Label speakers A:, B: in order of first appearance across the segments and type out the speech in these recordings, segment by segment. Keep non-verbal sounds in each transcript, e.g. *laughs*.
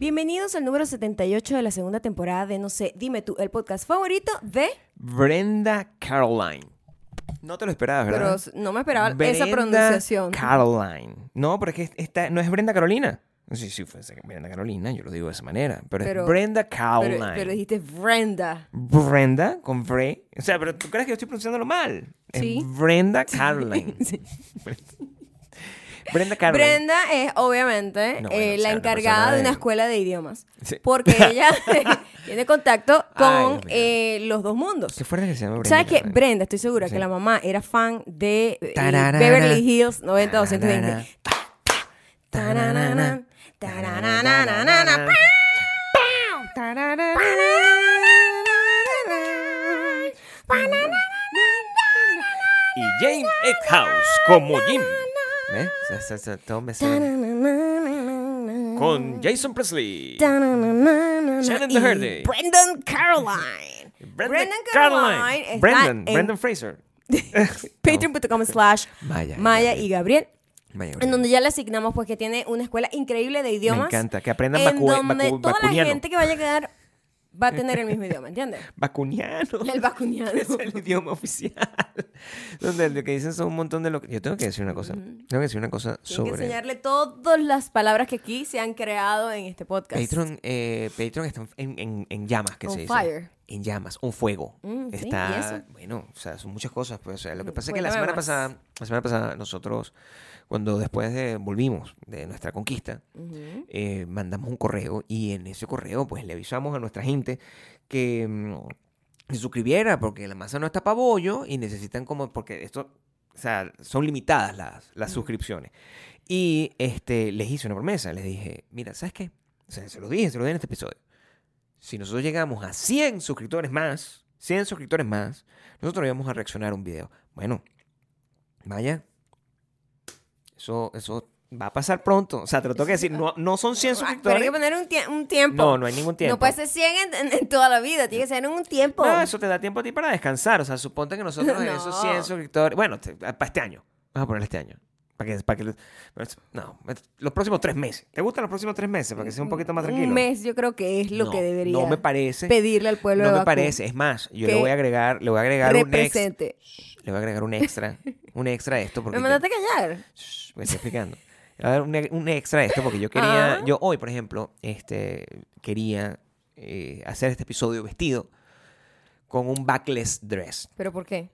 A: Bienvenidos al número 78 de la segunda temporada de No sé, dime tú, el podcast favorito de...
B: Brenda Caroline. No te lo esperabas,
A: Pero
B: ¿verdad?
A: no me esperaba
B: Brenda
A: esa pronunciación.
B: Caroline. No, pero es que esta no es Brenda Carolina. Sí, sí, fuese Brenda Carolina, yo lo digo de esa manera. Pero,
A: Pero-
B: es Brenda Caroline.
A: Pero, pero dijiste Brenda.
B: Brenda con Bre. O sea, pero tú crees que yo estoy pronunciándolo mal. Es
A: Sí. *laughs*
B: Brenda Caroline. Brenda Caroline.
A: Brenda es obviamente eh, la
B: No, bueno, o sea, una
A: encargada
B: persona
A: de una
B: de-
A: escuela de idiomas.
B: Sí. *laughs*
A: Porque ella *laughs* tiene contacto
B: Ay,
A: con
B: Dios mío.
A: eh, los dos mundos.
B: Qué fuerte que se llama Brenda.
A: ¿Sabes qué?
B: Caroline.
A: Brenda, estoy segura que
B: Sí.
A: la mamá era fan de eh,
B: Tararara.
A: Beverly Hills 90220.
B: Tararara. Tararara. Tararara. Tararara. Y Jane Eckhouse como Jim. ¿Ves? O sea, o sea, todo me sale.
A: Mm.
B: Con Jason Presley. Shannon Doherty.
A: Y E, Brendan Caroline. Brendan Caroline está
B: Brendan,
A: en- *laughs*
B: Brendan Fraser.
A: Patreon.com slash
B: Maya y
A: Maya
B: Gabriel.
A: y Gabriel.
B: Vaya,
A: En
B: Gabriel.
A: donde ya le asignamos, pues, que tiene una escuela increíble de idiomas.
B: encanta, que aprendan
A: En
B: vacu- vacu-
A: donde toda la
B: vacuniano.
A: gente que vaya a quedar va a tener el mismo idioma,
B: *laughs*
A: ¿entiendes?
B: Vacuniano.
A: El vacuniano.
B: *laughs* Es el idioma oficial. *laughs* Donde lo que dicen son un montón de lo que... Yo tengo que decir una cosa. Tengo que decir una cosa
A: Tienen Mm. que
B: sobre...
A: enseñarle todas las palabras que aquí se han creado en este podcast.
B: Patreon, eh, Patreon está en, en- en llamas, que
A: On
B: se dice.
A: fire.
B: En llamas, un fuego.
A: Mm, sí, ¿y
B: está,
A: eso?
B: bueno, o sea, son muchas cosas. Pues, o sea, lo que
A: Mm,
B: pasa es que la
A: cuéntame
B: semana
A: más.
B: pasada, la semana pasada nosotros, cuando después de, volvimos de nuestra conquista,
A: Ujú.
B: eh, mandamos un correo y en ese correo pues le avisamos a nuestra gente que mm, se suscribiera porque la masa no está para bollo y necesitan como porque esto o sea, son limitadas las, las suscripciones. Y este les hice una promesa, les dije, mira, ¿sabes qué? O sea, se lo dije, se lo dije en este episodio. Si nosotros llegamos a 100 suscriptores más, 100 suscriptores más, nosotros íbamos a reaccionar a un video. Bueno, vaya, eso, eso va a pasar pronto. O sea, te lo tengo que decir, no, no son
A: Ah,
B: 100
A: Pero hay
B: suscriptores.
A: que poner un, tie- un tiempo.
B: ¿eh? No, no hay ningún tiempo.
A: No puede ser 100 en, en- en toda la vida, tiene que ser en un tiempo.
B: No, eso te da tiempo a ti para descansar. O sea, suponte que nosotros en esos
A: No.
B: 100 suscriptores. Bueno, te- para este año. Vamos a poner este año. Para que, para que, no, los próximos tres meses. ¿Te gustan los próximos tres meses? Para que sea un poquito más tranquilo.
A: Un mes yo creo que es lo
B: No,
A: que debería
B: No me parece.
A: pedirle al pueblo
B: No
A: de
B: me
A: Bakú.
B: parece. Es más, yo le
A: que
B: voy a agregar, le voy a agregar un extra.
A: Represente.
B: Le voy a agregar un
A: *laughs*
B: extra. Un extra a esto. Porque
A: Me
B: yo-
A: mandaste a callar.
B: Shh, me estoy explicando. A ver, un, e- un extra de esto, porque yo quería,
A: Ah.
B: yo hoy, por ejemplo, este, quería eh, hacer este episodio vestido con un backless dress,
A: ¿Pero por qué?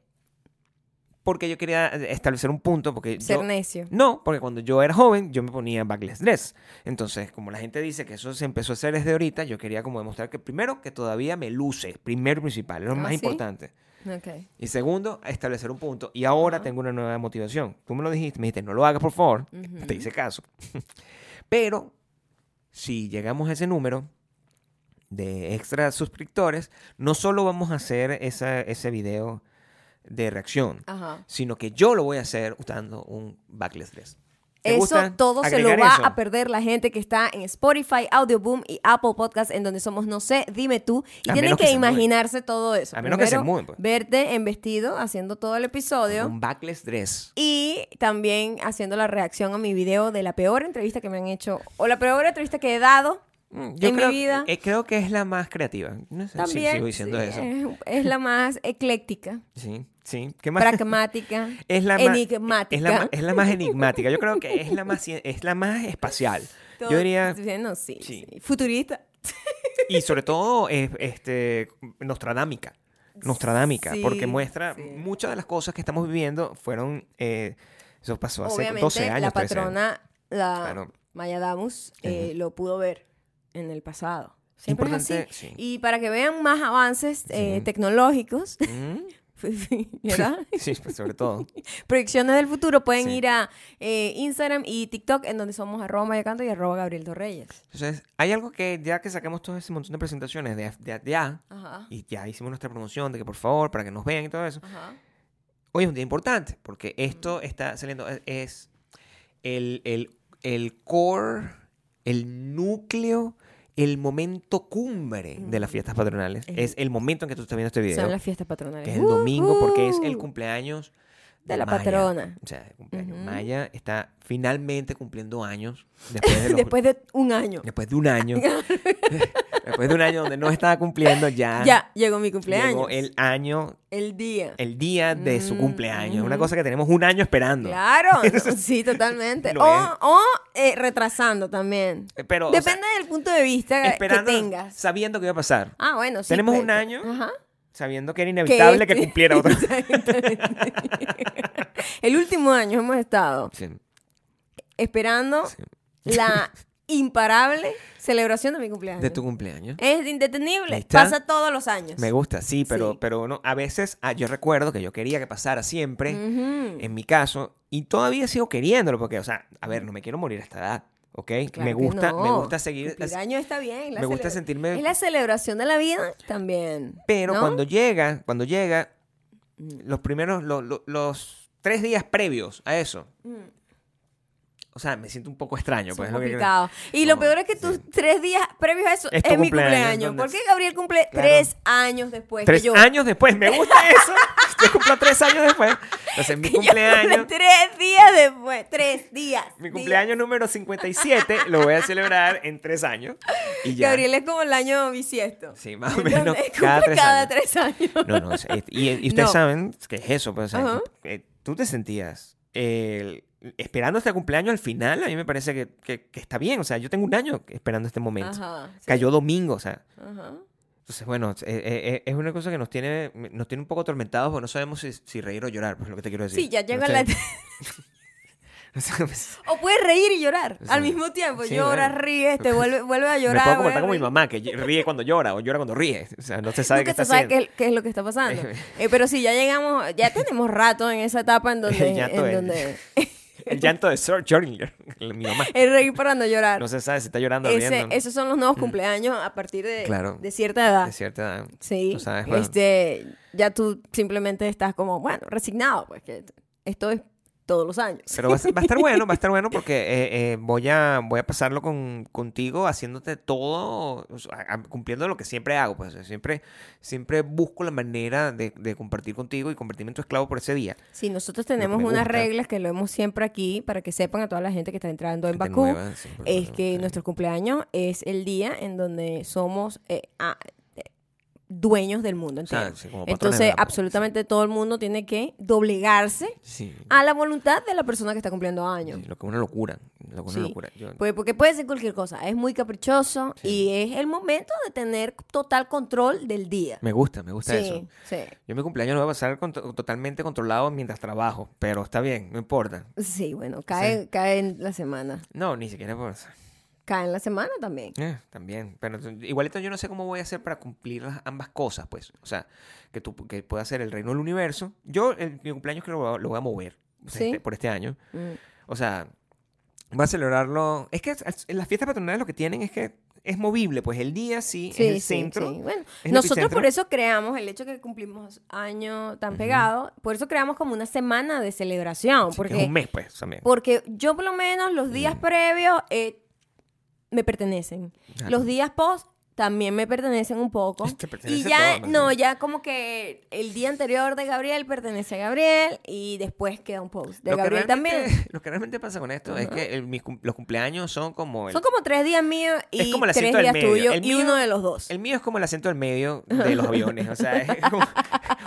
B: porque yo quería eh, establecer un punto, porque
A: Ser
B: yo-
A: necio.
B: no, porque cuando yo era joven, yo me ponía backless dress. Entonces, como la gente dice que eso se empezó a hacer desde ahorita, yo quería como demostrar que primero, que todavía me luce, primero y principal, es lo
A: Ah,
B: más
A: ¿sí?
B: importante.
A: Ok.
B: Y segundo, establecer un punto. Y ahora tengo una nueva motivación. Tú me lo dijiste, me dijiste, no lo hagas, por favor.
A: Ujú.
B: Te hice caso. *laughs* Pero si llegamos a ese número de extra suscriptores, no solo vamos a hacer esa- ese video de reacción,
A: Ajá.
B: sino que yo lo voy a hacer usando un backless dress. ¿Te
A: Eso
B: gusta
A: todo se lo
B: agregar
A: va
B: eso?
A: a perder la gente que está en Spotify, Audioboom y Apple Podcast, en donde somos No sé, dime tú. Y
B: A
A: tienen
B: menos
A: que,
B: que se mueven.
A: imaginarse todo eso.
B: A menos que se
A: Primero,
B: mueven, pues.
A: Verte en vestido haciendo todo el episodio.
B: Un backless dress.
A: Y también haciendo la reacción a mi video de la peor entrevista que me han hecho, o la peor entrevista que he dado.
B: Mm, Yo
A: En mi
B: creo,
A: vida-
B: eh, creo que es la más creativa. No sé, sí,
A: También
B: sigo diciendo
A: sí,
B: eso.
A: Es, es la más ecléctica,
B: Sí, sí. ¿Qué *laughs* más?
A: pragmática,
B: *laughs* Es la ma-
A: enigmática.
B: Es la, ma- es la más enigmática. Yo creo que es la más, cien- es la más espacial.
A: Todo-
B: Yo diría,
A: bueno, sí,
B: Sí.
A: sí. Futurista.
B: y sobre todo, es, este, nostradámica. Nostradámica,
A: Sí,
B: porque muestra
A: sí.
B: muchas de las cosas que estamos viviendo fueron, eh, eso pasó hace
A: Obviamente,
B: 12 años.
A: la
B: 13 años.
A: patrona, la *laughs*
B: Claro.
A: Maya Damus, eh, lo pudo ver en el pasado. Siempre es
B: Importante,
A: así.
B: sí.
A: Y para que vean más avances eh, tecnológicos, *laughs* pues
B: Mm,
A: ¿verdad?
B: *laughs* Sí, pues, sobre todo.
A: Proyecciones del futuro pueden
B: Sí.
A: ir a eh, Instagram y TikTok, en donde somos arroba mayacanto y arroba Gabriel Torreyes.
B: Entonces, hay algo que ya que sacamos todo ese montón de presentaciones de, de, de A,
A: Ajá.
B: y ya hicimos nuestra promoción de que por favor, para que nos vean y todo eso,
A: Ajá.
B: Hoy es un día importante porque esto está saliendo, es- es el, el- el core, el núcleo, el momento cumbre de las fiestas patronales.
A: Ujú.
B: Es el momento en que tú estás viendo este
A: Son
B: video,
A: las fiestas patronales.
B: que es el domingo porque es
A: Ujú.
B: el cumpleaños
A: de la
B: Maya,
A: patrona.
B: O sea, de cumpleaños.
A: Ujú.
B: Maya está finalmente cumpliendo años después
A: *laughs*
B: de, los-
A: Después de un año.
B: después de
A: *laughs*
B: un año. *laughs* después de un año donde no estaba cumpliendo, ya,
A: Ya llegó mi cumpleaños.
B: llegó el año,
A: El día.
B: el día de su
A: Mm,
B: cumpleaños. Una
A: ujú.
B: cosa que tenemos un año esperando.
A: Claro,
B: *laughs*
A: no, sí, totalmente.
B: No
A: o
B: es.
A: o, eh, retrasando también.
B: Eh, Pero, o sea,
A: Depende del punto de vista que
B: esperando,
A: tengas.
B: sabiendo que iba a pasar.
A: Ah, bueno, sí.
B: Tenemos
A: pues,
B: un año
A: Ajá.
B: Sabiendo que era inevitable que,
A: este-
B: cumpliera
A: *laughs*
B: otro.
A: Exactamente. El último año hemos estado
B: Sí,
A: esperando
B: sí.
A: la imparable celebración de mi cumpleaños.
B: De tu cumpleaños.
A: Es indetenible.
B: Ahí está.
A: Pasa todos los años.
B: Me gusta, sí, pero,
A: Sí.
B: pero no, a veces ah, yo recuerdo que yo quería que pasara siempre,
A: Mm. Ujú.
B: en mi caso, y todavía sigo queriéndolo, porque, o sea, a ver, no me quiero morir a esta edad, ¿ok?
A: Mm. Claro
B: me
A: que
B: gusta, me
A: no.
B: gusta seguir,
A: Cumplir años está bien. la
B: me gusta
A: celebra-
B: sentirme,
A: Es la celebración de la vida también.
B: pero
A: ¿no?
B: cuando llega, cuando llega, los primeros, lo- lo- los tres días previos a eso,
A: Mm.
B: o sea, me siento un poco extraño,
A: Son
B: pues es lo que-
A: complicados. Y
B: Como-
A: lo peor es que tus
B: sí.
A: tres días previos a eso
B: Es
A: es,
B: tu
A: mi
B: cumpleaños,
A: cumpleaños.
B: entonces-
A: ¿Por qué Gabriel cumple
B: Claro.
A: tres años después
B: Tres
A: que yo?
B: años después, me gusta eso. yo cumplo tres años después. Entonces, mi
A: *laughs* Que *laughs* yo cumple
B: cumpleaños.
A: tres días después. Tres días.
B: Mi
A: días.
B: cumpleaños número 57 lo voy a celebrar en tres años. Y ya.
A: Gabriel es como el año bisiesto.
B: Sí, más o
A: Entonces,
B: menos
A: cumple
B: cada tres años.
A: años.
B: No, no, o sea, es- y, y ustedes
A: No.
B: saben que es eso, pues, o sea,
A: Ajá.
B: eh, tú te sentías eh, esperando este cumpleaños al final, a mí me parece que, que- que está bien, o sea, yo tengo un año esperando este momento.
A: Ajá. sí,
B: Cayó domingo, o sea,
A: ajá.
B: entonces, bueno, eh, eh, eh, es una cosa que nos tiene, nos tiene un poco atormentados porque no sabemos si, si reír o llorar, pues lo que te quiero decir.
A: Sí, ya llega
B: No
A: la.
B: *laughs* sé, no sé, pues,
A: *laughs* O puedes reír y llorar
B: Sí.
A: al mismo tiempo.
B: Sí,
A: Lloras,
B: bueno.
A: ríes,
B: *laughs*
A: te vuelve, vuelve a llorar.
B: me puedo
A: vuelve
B: comportar
A: a
B: como mi
A: reír.
B: mamá, que ll- ríe cuando llora o llora cuando ríe. O sea, no se sabe
A: Nunca
B: qué está
A: se sabe
B: haciendo.
A: qué, qué es lo que está
B: *laughs*
A: pasando.
B: Eh,
A: Eh, pero sí, ya llegamos, ya tenemos rato en esa etapa
B: *laughs*
A: en donde,
B: Ya
A: en
B: todo el-
A: donde
B: El llanto de Sir Jordinger, *laughs* mi mamá.
A: el reír para no llorar.
B: No se sabe si está llorando o
A: Ese-
B: riendo. Mm.
A: esos son los nuevos cumpleaños a partir de,
B: Claro.
A: de cierta edad.
B: De cierta edad.
A: Sí.
B: Tú sabes, bueno.
A: este, ya tú simplemente estás como, bueno, resignado, pues que esto es todos los años.
B: Pero va a, ser- va a estar bueno, va a estar
A: *laughs*
B: bueno porque eh, eh, voy, a, voy a pasarlo con, contigo haciéndote todo, o sea, a- cumpliendo lo que siempre hago. Pues o sea, siempre, siempre busco la manera de, de compartir contigo y convertirme en tu esclavo por ese día.
A: Sí, nosotros tenemos
B: me
A: unas
B: gusta.
A: reglas que lo hemos siempre aquí para que sepan a toda la gente que está entrando en
B: Gente
A: Bakú.
B: nueva, sí, por
A: es
B: favor,
A: que
B: sí.
A: nuestro cumpleaños es el día en donde somos eh, a- eh, dueños del mundo
B: sea,
A: entero.
B: sí, como patrones de
A: Entonces,
B: la-
A: absolutamente todo el mundo tiene que doblegarse
B: Sí.
A: a la voluntad de la persona que está cumpliendo años.
B: Sí, lo que es una locura. Lo que es una
A: Sí.
B: locura. Yo-
A: Pues, porque puede ser cualquier cosa. Es muy caprichoso y es el momento de tener total control del día.
B: me gusta, me gusta
A: Sí,
B: eso.
A: sí.
B: Yo mi cumpleaños lo voy a pasar contro- totalmente controlado mientras trabajo, pero está bien, no importa.
A: Sí, bueno, cae, cae en la semana.
B: No, ni siquiera pues,
A: Cae en la semana también.
B: eh, también. Pero t- igualito yo no sé cómo voy a hacer para cumplir las- ambas cosas, pues. O sea, que tú que pueda ser el reino del universo. Yo el, mi cumpleaños creo que lo, voy a- lo voy a mover o sea,
A: Sí.
B: este- por este año.
A: Mm.
B: O sea, voy a celebrarlo. Es que as- en las fiestas patronales lo que tienen es que es movible, pues el día sí,
A: Sí,
B: es
A: sí,
B: el centro.
A: sí. Bueno,
B: el
A: nosotros por
B: epicentro.
A: eso creamos el hecho que cumplimos año tan pegado, por eso creamos como una semana de celebración,
B: Así que
A: porque
B: es un mes, pues, también.
A: porque yo por lo menos los días previos eh, me pertenecen.
B: Claro.
A: Los días post también me pertenecen un poco.
B: Te Este, pertenece
A: Y ya,
B: todo,
A: no,
B: Marcela.
A: ya como que el día anterior de Gabriel pertenece a Gabriel y después queda un post de
B: Lo que
A: Gabriel
B: realmente-
A: también.
B: *laughs* Lo que realmente pasa con esto es que el- mis cum- los cumpleaños son como el,
A: Son como tres días míos
B: Es
A: y
B: como el
A: tres
B: asiento del
A: días
B: medio.
A: tuyos
B: El
A: y
B: mío-
A: uno de los dos.
B: El mío es como el asiento del medio
A: *laughs*
B: de los aviones, o sea, es como-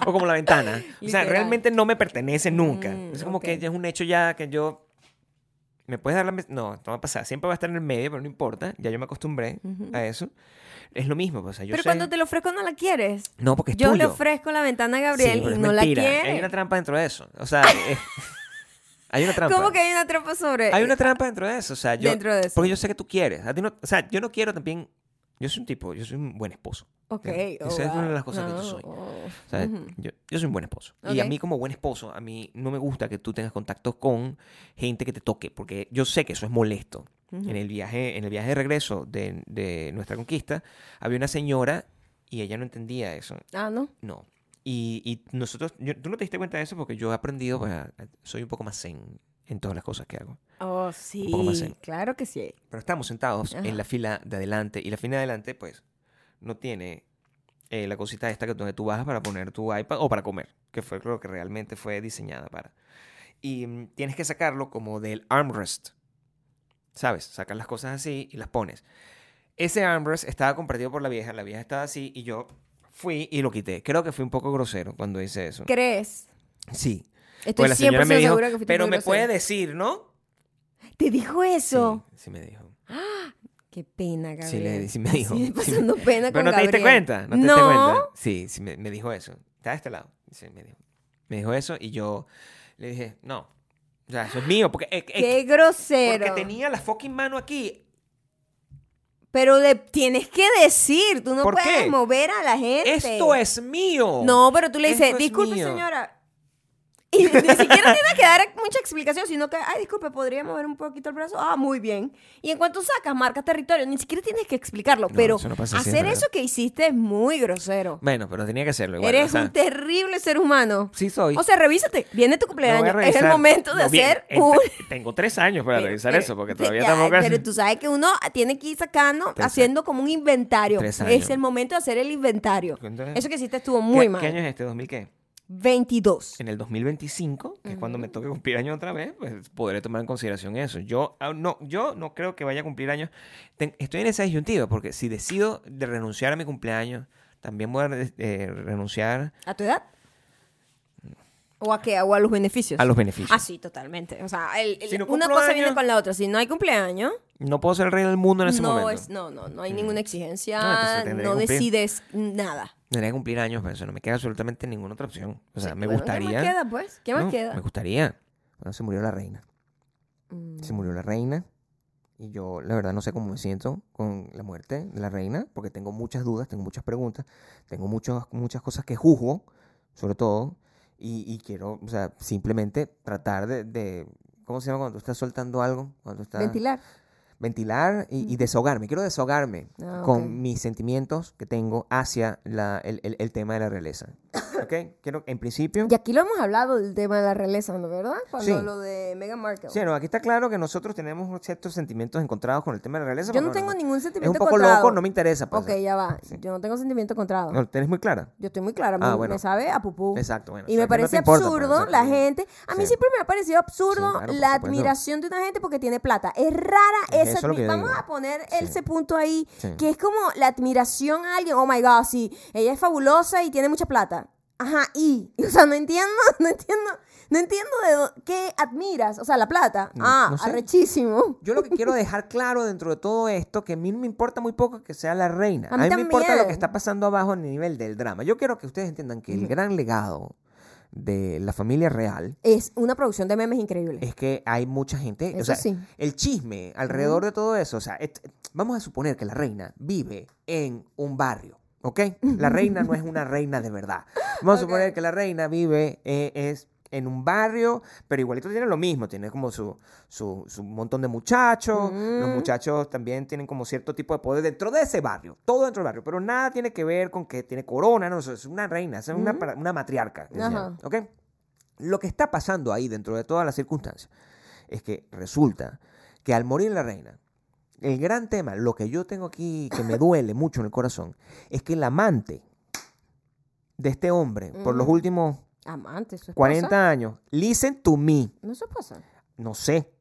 B: o como la ventana. O sea,
A: Literal.
B: realmente no me pertenece nunca.
A: Mm,
B: es como
A: ok.
B: que ya es un hecho ya que yo... ¿Me puedes dar la... mes- No, no va a pasar. Siempre va a estar en el medio, pero no importa. Ya yo me acostumbré
A: Ujú.
B: a eso. Es lo mismo, pues, o sea, yo
A: Pero
B: sé-
A: cuando te lo ofrezco no la quieres.
B: No, porque es
A: Yo le
B: tuyo.
A: ofrezco la ventana a
B: Sí,
A: Gabriel
B: pero
A: y
B: es
A: no la
B: mentira. Hay una
A: quiere.
B: trampa dentro de eso. O sea,
A: *laughs*
B: eh, hay una trampa.
A: ¿Cómo que hay una trampa sobre?
B: Hay una trampa dentro de eso, o sea, yo,
A: Dentro de eso.
B: porque yo sé que tú quieres. A ti no- o sea, yo no quiero también, yo soy un tipo, yo soy un buen esposo.
A: Ok.
B: Esa
A: oh,
B: es una de
A: wow.
B: las cosas que yo
A: Ah,
B: soy.
A: oh.
B: O sea,
A: Ujú.
B: yo, yo soy un buen esposo. Y a
A: Ok.
B: mí como buen esposo, a mí no me gusta que tú tengas contacto con gente que te toque, porque yo sé que eso es molesto.
A: Ujú.
B: En el viaje, en el viaje de regreso de, de nuestra conquista, había una señora y ella no entendía eso.
A: Ah, no.
B: No. Y, y nosotros, yo- tú no te diste cuenta de eso porque yo he aprendido, pues, a- a- soy un poco más zen en todas las cosas que hago.
A: Oh,
B: poco más
A: sí.
B: zen.
A: Claro que sí.
B: Pero estamos sentados
A: Ajá.
B: en la fila de adelante y la fila de adelante, pues, no tiene eh, la cosita esta que donde tú bajas para poner tu iPad o para comer, que fue lo que realmente fue diseñada para. Y mm, tienes que sacarlo como del armrest. ¿Sabes? Sacas las cosas así y las pones. Ese armrest estaba compartido por la vieja, la vieja estaba así y yo fui y lo quité. Creo que fui un poco grosero cuando hice eso.
A: ¿Crees?
B: Sí.
A: Estoy
B: Pues la señora
A: 100%
B: me dijo,
A: segura que fuiste
B: pero
A: muy
B: me
A: grosero".
B: puede decir, ¿no?
A: ¿Te dijo eso?
B: Sí, sí me dijo.
A: Qué pena, Gabriel. pues
B: Sí, le, sí me dijo. *laughs*
A: Sigue
B: Sí
A: pasando pena
B: Pero
A: con
B: no te diste
A: Gabriel.
B: cuenta, no te diste
A: No.
B: cuenta. Sí, sí me, me dijo eso. Está de este lado. Sí, me dijo. Me dijo eso y yo le dije, no. O sea, eso es mío. Porque, eh, eh,
A: Qué grosero.
B: porque tenía la fucking mano aquí.
A: Pero le tienes que decir, tú no
B: ¿Por
A: puedes
B: qué?
A: mover a la gente.
B: Esto es mío.
A: No, pero tú le dices,
B: Esto es
A: disculpe,
B: mío".
A: señora. Y ni siquiera *laughs* tiene que dar mucha explicación, sino que, ay, disculpe, podría mover un poquito el brazo. Ah, muy bien. Y en cuanto sacas, marcas territorio. Ni siquiera tienes que explicarlo,
B: No,
A: pero
B: eso no pasa así, es
A: hacer
B: verdad.
A: eso que hiciste es muy grosero.
B: Bueno, pero tenía que hacerlo igual.
A: Eres
B: o sea,
A: un terrible ser humano.
B: Sí soy.
A: O sea, revísate. Viene tu
B: No voy a
A: cumpleaños. Es
B: revisar.
A: el momento de
B: No, bien,
A: hacer
B: en-
A: un
B: Tengo tres
A: *laughs*
B: años para revisar
A: Eh, pero-
B: eso, porque
A: pero-
B: todavía
A: ya,
B: estamos casi.
A: Pero tú sabes que uno tiene que ir sacando,
B: Tres
A: haciendo como un inventario.
B: Tres años.
A: Es el momento de hacer el inventario.
B: Entonces,
A: Eso que hiciste estuvo
B: ¿qué-
A: muy
B: ¿Qué
A: mal.
B: año es este? ¿2000 qué?
A: 22.
B: en el 2025, que es cuando me toque cumplir años otra vez, pues podré tomar en consideración eso. Yo ah, no, yo no creo que vaya a cumplir años. Ten- estoy en esa disyuntiva, porque si decido de renunciar a mi cumpleaños, también voy a re- eh, renunciar
A: ¿A tu edad? ¿O a qué? ¿O a los beneficios?
B: a los beneficios.
A: Ah, sí, totalmente. O sea, el- el-
B: Si no
A: una
B: cumplo
A: cosa
B: año-
A: viene con la otra. Si no hay cumpleaños,
B: No puedo ser el rey del mundo en ese
A: no,
B: momento. Mm.
A: es, no, no, no hay ninguna
B: No, entonces
A: exigencia, no,
B: tendré que cumplir.
A: decides nada.
B: Tendría que cumplir años, pero eso no me queda absolutamente ninguna otra opción. O sea, me
A: Bueno,
B: gustaría.
A: ¿Qué más queda, pues? ¿Qué más
B: no,
A: queda?
B: Me gustaría. Bueno, se murió la reina.
A: Mm.
B: Se murió la reina. Y yo, la verdad, no sé cómo me siento con la muerte de la reina, porque tengo muchas dudas, tengo muchas preguntas, tengo muchas muchas cosas que juzgo, sobre todo. Y, y quiero, o sea, simplemente tratar de, de- ¿Cómo se llama cuando tú estás soltando algo? Cuando tú estás-
A: Ventilar.
B: Ventilar y, y desahogarme. Quiero desahogarme
A: Ah,
B: con
A: ok.
B: mis sentimientos que tengo hacia la- el, el- el tema de la realeza. ¿Ok? Quiero, en principio.
A: Y aquí lo hemos hablado del tema de la realeza, ¿no? ¿verdad? Cuando
B: Sí.
A: lo de Meghan Markle.
B: Sí, no, aquí está claro que nosotros tenemos ciertos sentimientos encontrados con el tema de la realeza.
A: Yo no
B: porque,
A: tengo
B: bueno,
A: ningún
B: Es
A: sentimiento
B: un poco
A: contrado.
B: loco, no me interesa. Pues.
A: Ok, ya va. Yo no tengo sentimiento contrado.
B: ¿No ¿Lo tenés muy clara?
A: Yo estoy muy clara.
B: Ah,
A: me,
B: bueno.
A: me sabe a pupú.
B: Exacto, bueno, o
A: Uh. Y me
B: sea, que no
A: parece
B: te importa, pues,
A: absurdo
B: o sea,
A: la
B: que-
A: gente. A mí
B: sí.
A: siempre me ha parecido absurdo
B: Sí, claro, por
A: la
B: supuesto.
A: admiración de una gente porque tiene plata. Es rara
B: Es
A: esa.
B: eso lo que yo
A: Vamos
B: digo.
A: a poner
B: Sí.
A: ese punto ahí,
B: Sí.
A: que es como la admiración a alguien. Oh my God, sí, ella es fabulosa y tiene mucha plata. Ajá, y. *laughs* O sea, no entiendo, no entiendo, no entiendo de dó- qué admiras. O sea, la plata.
B: No-
A: ah,
B: no sé.
A: arrechísimo.
B: Yo lo que
A: *laughs*
B: quiero dejar claro dentro de todo esto, que a mí no me importa muy poco que sea la reina.
A: A
B: A
A: mí
B: mí, me importa
A: también.
B: lo que está pasando abajo en el nivel del drama. Yo quiero que ustedes entiendan que el gran legado de la familia real
A: Es una producción de memes increíble.
B: es que hay mucha gente.
A: Eso
B: o sea,
A: sí.
B: el chisme alrededor de todo eso. O sea, et- vamos a suponer que la reina vive en un barrio, ¿ok? La reina no es
A: *laughs*
B: una reina de verdad. Vamos a
A: Ok.
B: suponer que la reina vive eh, es en un barrio, pero igualito tiene lo mismo. Tiene como su, su, su montón de muchachos. Los
A: Mm.
B: muchachos también tienen como cierto tipo de poder dentro de ese barrio. Todo dentro del barrio. Pero nada tiene que ver con que tiene corona. No, eso es una reina, eso es una, para- una matriarca. que se llama,
A: Ajá.
B: ¿Ok? Lo que está pasando ahí dentro de todas las circunstancias es que resulta que al morir la reina, el gran tema, lo que yo tengo aquí que me duele mucho en el corazón, es que el amante de este hombre por los
A: Mm.
B: últimos
A: Amante, su esposa.
B: 40 años, listen to me,
A: No es su esposa.
B: no sé,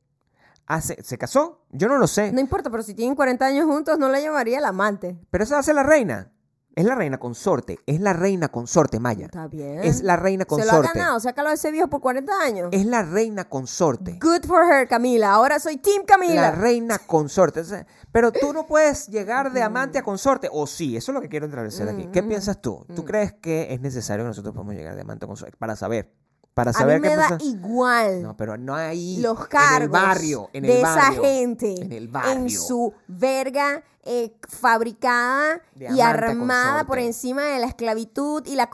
B: hace, ¿se casó? Yo no lo sé,
A: No importa, pero si tienen 40 años juntos, no la llamaría el amante.
B: pero eso hace la reina. Es la reina consorte, es la reina consorte, Maya.
A: Está bien.
B: Es la reina
A: Se lo ha
B: consorte.
A: ganado, sácalo de ese viejo por 40 años.
B: Es la reina consorte.
A: Good for her, Camila. Ahora soy Team Camila.
B: La reina consorte. O sea, Pero tú no puedes llegar
A: Mm.
B: de amante a consorte. O sí, eso es lo que quiero establecer aquí. ¿Qué piensas tú? ¿Tú
A: mm.
B: crees que es necesario que nosotros podamos llegar de amante a consorte? Para saber. Para
A: a mí
B: saber qué
A: me da
B: pasa-
A: igual
B: No, pero no hay.
A: los cargos
B: En el barrio. En el
A: de
B: barrio,
A: esa gente
B: En el barrio.
A: en su verga eh, fabricada
B: De
A: y
B: amante
A: armada
B: consorte.
A: por encima de la esclavitud y la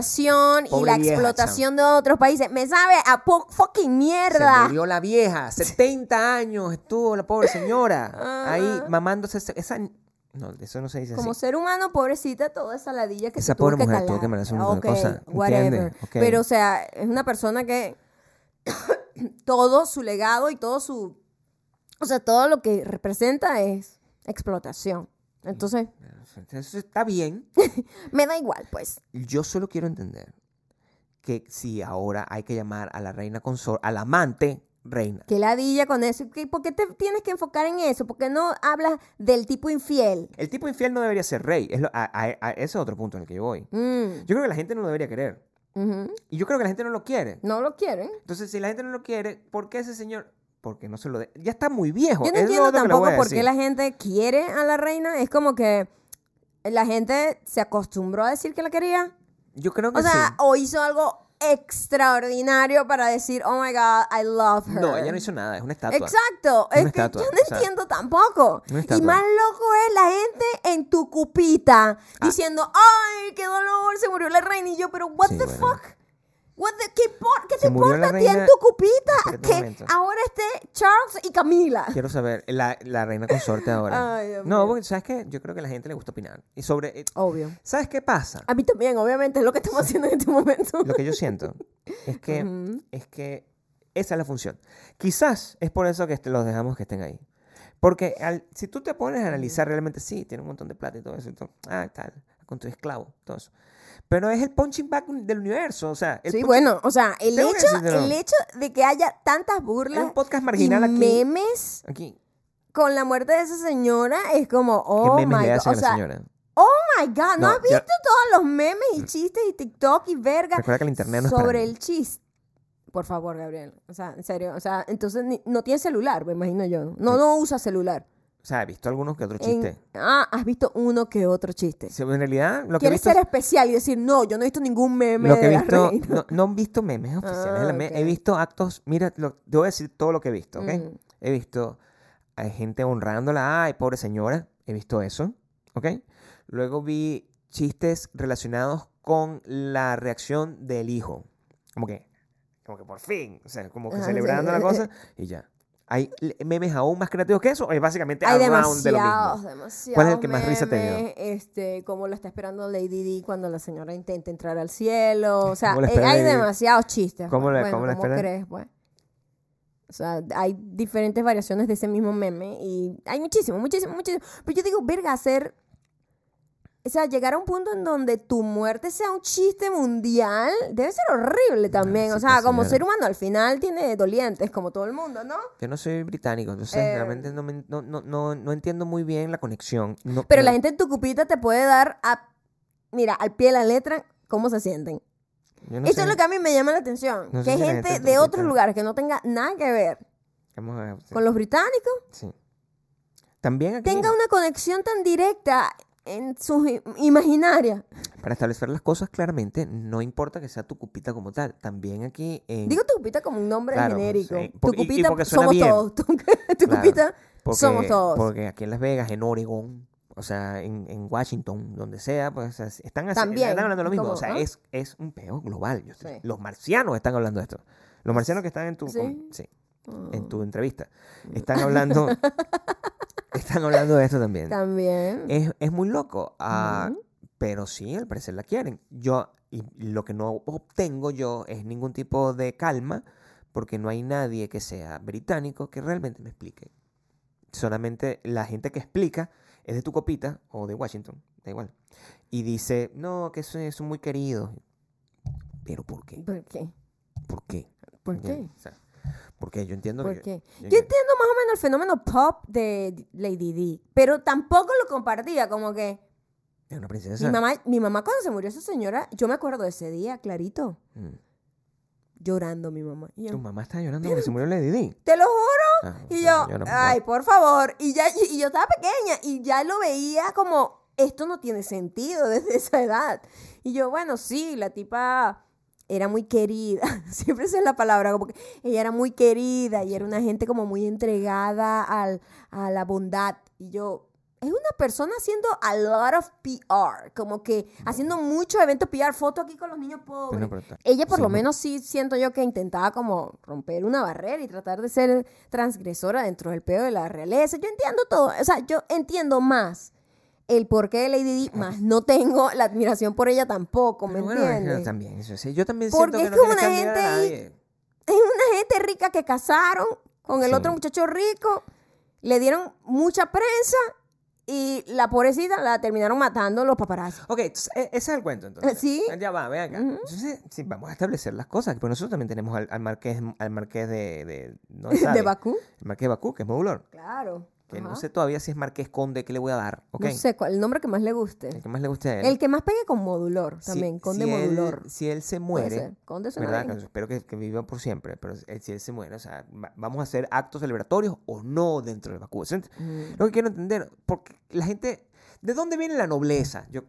A: colonización y
B: Pobre
A: la
B: vieja,
A: explotación de otros países. Me sabe a po- fucking
B: Se
A: mierda.
B: murió
A: *laughs*
B: la vieja. 70 años estuvo la pobre señora. ahí mamándose. ese- Esa. No, eso no se dice
A: Como
B: así.
A: ser humano, pobrecita, toda esa ladilla que
B: Esa
A: se tuvo
B: pobre
A: que
B: mujer
A: calar.
B: tuvo que merecer una
A: Ok,
B: cosa,
A: whatever.
B: ¿entiendes? Ok.
A: Pero, o sea, es una persona que *coughs* todo su legado y todo su... O sea, todo lo que representa es explotación. Entonces,
B: Eso está bien.
A: me da igual, pues.
B: Yo solo quiero entender que si ahora hay que llamar a la reina consor, al amante reina.
A: Qué ladilla con eso. ¿Qué- ¿Por qué te tienes que enfocar en eso? ¿Por qué no hablas del tipo infiel?
B: El tipo infiel no debería ser rey. Es lo- a- a- a- ese es otro punto en el que yo voy.
A: Mm,
B: Yo creo que la gente no lo debería querer.
A: ujú.
B: Y yo creo que la gente no lo quiere.
A: No lo quieren.
B: Entonces, si la gente no lo quiere, ¿por qué ese señor? Porque no se lo de... Ya está muy viejo.
A: Yo no
B: es lo
A: entiendo
B: otro que le
A: tampoco
B: voy a
A: por qué
B: decir.
A: la gente quiere a la reina. Es como que la gente se acostumbró a decir que la quería.
B: Yo creo que
A: O sea,
B: sí.
A: o hizo algo extraordinario para decir, oh my God, I love her.
B: No, ella no hizo nada. Es una estatua.
A: Exacto, es
B: Una
A: que
B: estatua,
A: yo no
B: o sea,
A: entiendo tampoco.
B: una
A: Y
B: estatua.
A: más loco es la gente en tu cupita
B: Ah.
A: diciendo, ay, qué dolor, se murió la reina y yo, pero what
B: Sí,
A: the
B: bueno.
A: fuck? What the- ¿Qué, por- qué te
B: Se murió
A: importa
B: la
A: a ti en
B: reina-
A: tu cupita?
B: Espérate un
A: Que
B: momento.
A: ahora esté Charles y Camila.
B: Quiero saber, la, la reina consorte ahora.
A: *laughs* Ay, Dios mío.
B: no, porque sabes que yo creo que a la gente le gusta opinar. Y sobre. eh,
A: Obvio.
B: ¿Sabes qué pasa?
A: A mí también, obviamente, es lo que estamos haciendo en este momento.
B: Lo que yo siento es que,
A: Ujú.
B: es que esa es la función. Quizás es por eso que est- los dejamos que estén ahí. Porque al- si tú te pones a analizar realmente, sí, tiene un montón de plata y todo eso, y todo, ah, tal, con tu esclavo, todo eso. Pero es el punching back del universo, o sea, el
A: Sí,
B: punching-
A: bueno, o sea, el
B: Tengo que
A: hecho,
B: decírtelo.
A: el hecho de que haya tantas
B: hay un
A: burlas
B: podcast
A: y
B: marginal aquí,
A: memes
B: aquí.
A: con la muerte de esa señora es como,
B: ¿Qué
A: oh my
B: memes le
A: god,
B: hacen
A: o
B: a la
A: sea,
B: señora?
A: oh my god, ¿no
B: No,
A: has visto
B: ya-
A: todos los memes y chistes y TikTok y verga
B: Recuerda que el internet no es para
A: sobre
B: niños.
A: el chiste? Por favor, Gabriel, o sea, en serio, o sea, entonces ni- no tiene celular, me imagino yo, no,
B: Sí.
A: no usa celular.
B: O sea, he visto algunos que otros
A: En-
B: chistes.
A: ah, has visto uno que otro chiste.
B: Sí, En realidad, lo que he
A: Quieres
B: visto
A: ser
B: es-
A: especial y decir, no, yo no he visto ningún meme
B: lo que
A: de
B: he
A: la
B: visto,
A: reina".
B: no, no he visto memes oficiales. de la
A: Ah,
B: me-
A: ok.
B: He visto actos, mira, lo, te voy a decir todo lo que he visto, ¿ok?
A: Mm.
B: He visto a gente honrándola, ay, pobre señora, he visto eso, ¿ok? Luego vi chistes relacionados con la reacción del hijo, como que, como que por fin, o sea, como que
A: Ah,
B: celebrando la
A: sí. *laughs*
B: cosa y ya. Hay le- memes aún más creativos que eso, o es básicamente
A: Hay
B: around de lo
A: demasiados,
B: mismo.
A: demasiados.
B: ¿Cuál es el que más risa te dio?
A: memes, Este, como lo está esperando Lady Di cuando la señora intenta entrar al cielo. O sea,
B: ¿Cómo la
A: eh,
B: espera
A: hay
B: Lady Di?
A: demasiados chistes.
B: ¿Cómo
A: pues.
B: la-
A: Bueno,
B: cómo la espera?
A: crees, pues? O sea, hay diferentes variaciones de ese mismo meme y hay muchísimo, muchísimo, muchísimo. Pero yo digo, verga, hacer. O sea, llegar a un punto en donde tu muerte sea un chiste mundial debe ser horrible también. o
B: sí,
A: sea,
B: pues,
A: como
B: señora.
A: ser humano al final tiene dolientes, como todo el mundo, ¿no?
B: Yo no soy británico, entonces
A: Eh,
B: realmente no, me- no, no, no, no entiendo muy bien la conexión. No-
A: Pero
B: no-
A: la gente en tu cupita te puede dar a, mira, al pie de la letra cómo se sienten.
B: yo no
A: Eso
B: sé.
A: es lo que a mí me llama la atención.
B: No sé
A: que hay
B: si la
A: gente,
B: gente en tu
A: de
B: cupita-
A: otros lugares que no tenga nada que ver
B: Vamos a- sí,
A: con los británicos
B: sí. También aquí,
A: tenga una conexión tan directa en sus i- imaginarias.
B: para establecer las cosas claramente, no importa que sea tu cupita como tal. También aquí en-
A: Digo tu cupita como un nombre
B: Claro,
A: genérico.
B: sí.
A: Tu
B: Por- y- y
A: cupita
B: porque suena
A: somos
B: bien.
A: todos. Tu, *laughs* tu
B: Claro,
A: cupita
B: porque-
A: somos todos.
B: Porque aquí en Las Vegas, en Oregón, o sea, en, en Washington, donde sea, pues o sea, están, haci-
A: También,
B: están hablando lo mismo.
A: como,
B: o sea,
A: ¿no?
B: es, es un peo global. yo sé.
A: Sí.
B: Los marcianos están hablando de esto. Los marcianos que están en tu,
A: ¿Sí?
B: con- sí,
A: Ah,
B: en tu entrevista. Están
A: *laughs*
B: hablando, están hablando de esto también.
A: También.
B: Es, es muy loco. ah, Pero sí, al parecer la quieren. Yo, y lo que no obtengo yo es ningún tipo de calma, porque no hay nadie que sea británico que realmente me explique. Solamente la gente que explica es de tu copita o de Washington, da igual. Y dice, no, que eso es muy querido. Pero ¿por qué?
A: ¿Por qué?
B: ¿Por qué?
A: ¿Por qué?
B: ¿Entiendes? O sea, porque yo entiendo
A: ¿Por
B: que...
A: qué?
B: yo
A: Yo
B: entiendo-
A: entiendo más o menos el fenómeno pop de Lady D, pero tampoco lo compartía, como que
B: Es una princesa.
A: mi mamá, mi mamá cuando se murió esa señora, yo me acuerdo de ese día, clarito,
B: Mm.
A: llorando mi mamá. Y yo,
B: Tu mamá está llorando porque se murió Lady
A: *laughs*
B: Di.
A: te lo juro.
B: Ah, o
A: Y
B: sea,
A: yo,
B: señora, por favor.
A: ay, por favor. Y ya, y, y yo estaba pequeña y ya lo veía como, esto no tiene sentido *laughs* desde esa edad. Y yo, bueno, sí, la tipa era muy querida. *laughs* Siempre esa es la palabra, como que ella era muy querida y era una gente como muy entregada al, a la bondad. Y yo, es una persona haciendo a lot of PR, como que haciendo muchos eventos PR, foto aquí con los niños pobres.
B: Bueno, pero está-
A: Ella por
B: Sí,
A: lo
B: Pues, no-
A: menos sí siento yo que intentaba como romper una barrera y tratar de ser transgresora dentro del pedo de la realeza. Yo entiendo todo, o sea, yo entiendo más el porqué de Lady Di, más no tengo la admiración por ella tampoco, ¿me
B: Pero bueno, es que
A: entiendes?
B: también, eso sí, Yo también
A: Porque es
B: siento que
A: como
B: no quieres
A: una
B: cambiar a
A: gente ahí-
B: nadie.
A: Es una gente rica que casaron con el
B: Sí.
A: otro muchacho rico, le dieron mucha prensa Y la pobrecita la terminaron matando los paparazzi.
B: Ok, entonces, e- ese es el cuento
A: Eh,
B: entonces. Ah,
A: Sí.
B: Ya va, ven acá.
A: Ujú.
B: Entonces, sí, vamos a establecer las cosas, pero nosotros también tenemos al, al marqués, al marqués de, de,
A: *laughs*
B: no
A: De
B: sabe,
A: Bakú.
B: El marqués de Bakú, que es Modulor.
A: Claro.
B: Que no
A: Ajá.
B: sé todavía si es marqués conde que le voy a dar. Ok.
A: No sé cuál, el nombre que más le
B: El
A: guste.
B: que más le guste a él.
A: El que más pegue con modulor
B: Si-
A: también, con de
B: si él-
A: modulor.
B: si él
A: Puede
B: se muere,
A: ser, Conde suena
B: ¿verdad?
A: bien.
B: Espero que, que viva por siempre, pero eh, si él se muere, o sea, va- vamos a hacer actos celebratorios o no dentro de Bakú. O sea,
A: Mm.
B: Lo que quiero entender, porque la gente, ¿de dónde viene la nobleza? Yo,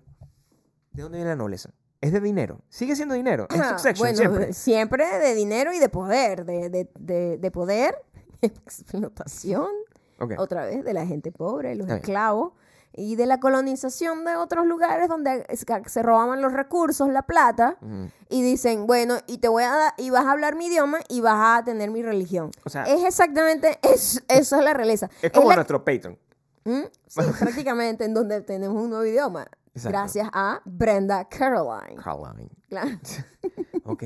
B: ¿De dónde viene la nobleza? Es de dinero. Sigue siendo dinero. Es
A: Ah,
B: succession
A: bueno,
B: siempre.
A: de- *laughs* siempre de dinero y de poder, de, de, de, de poder, *laughs* explotación,
B: Ok.
A: otra vez, de la gente pobre, los
B: Está bien.
A: esclavos, y de la colonización de otros lugares donde es- se robaban los recursos, la plata,
B: Ujú.
A: y dicen, bueno, y te voy a dar- y vas a hablar mi idioma y vas a tener mi religión.
B: O sea-
A: es exactamente es- eso es la realeza.
B: Es como
A: la-
B: nuestro Patreon.
A: ¿Mm? Sí,
B: *laughs*
A: prácticamente en donde tenemos un nuevo idioma.
B: Exacto.
A: Gracias a Brenda Caroline.
B: Caroline.
A: Claro. *laughs*
B: Ok.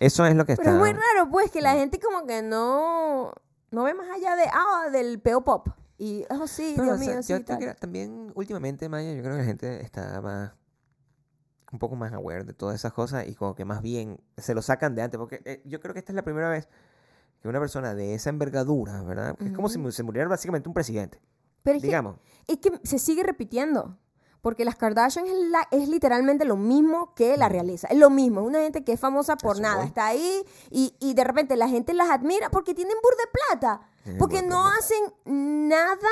B: Eso es lo que
A: Pero
B: está. Mm.
A: es muy raro, pues, que la gente como que no, no ve más allá de, ah, del peo pop. Y, oh, sí,
B: Pero,
A: Dios
B: o sea,
A: mío, sí,
B: yo creo
A: tal.
B: que también últimamente, Maya, yo creo que la gente está más un poco más aware de todas esas cosas y como que más bien se lo sacan de antes, porque eh, yo creo que esta es la primera vez que una persona de esa envergadura, ¿verdad? Es como si mu- se muriera básicamente un presidente,
A: Pero *laughs* es que,
B: digamos.
A: es que se sigue repitiendo. Porque las Kardashian es, la- es literalmente lo mismo que la realeza. Es lo mismo. Es una gente que es famosa por
B: Mm. Eso
A: nada.
B: voy.
A: Está ahí y, y de repente la gente las admira porque tienen bur de plata.
B: Tienen
A: Porque
B: burda de
A: no
B: plata.
A: hacen nada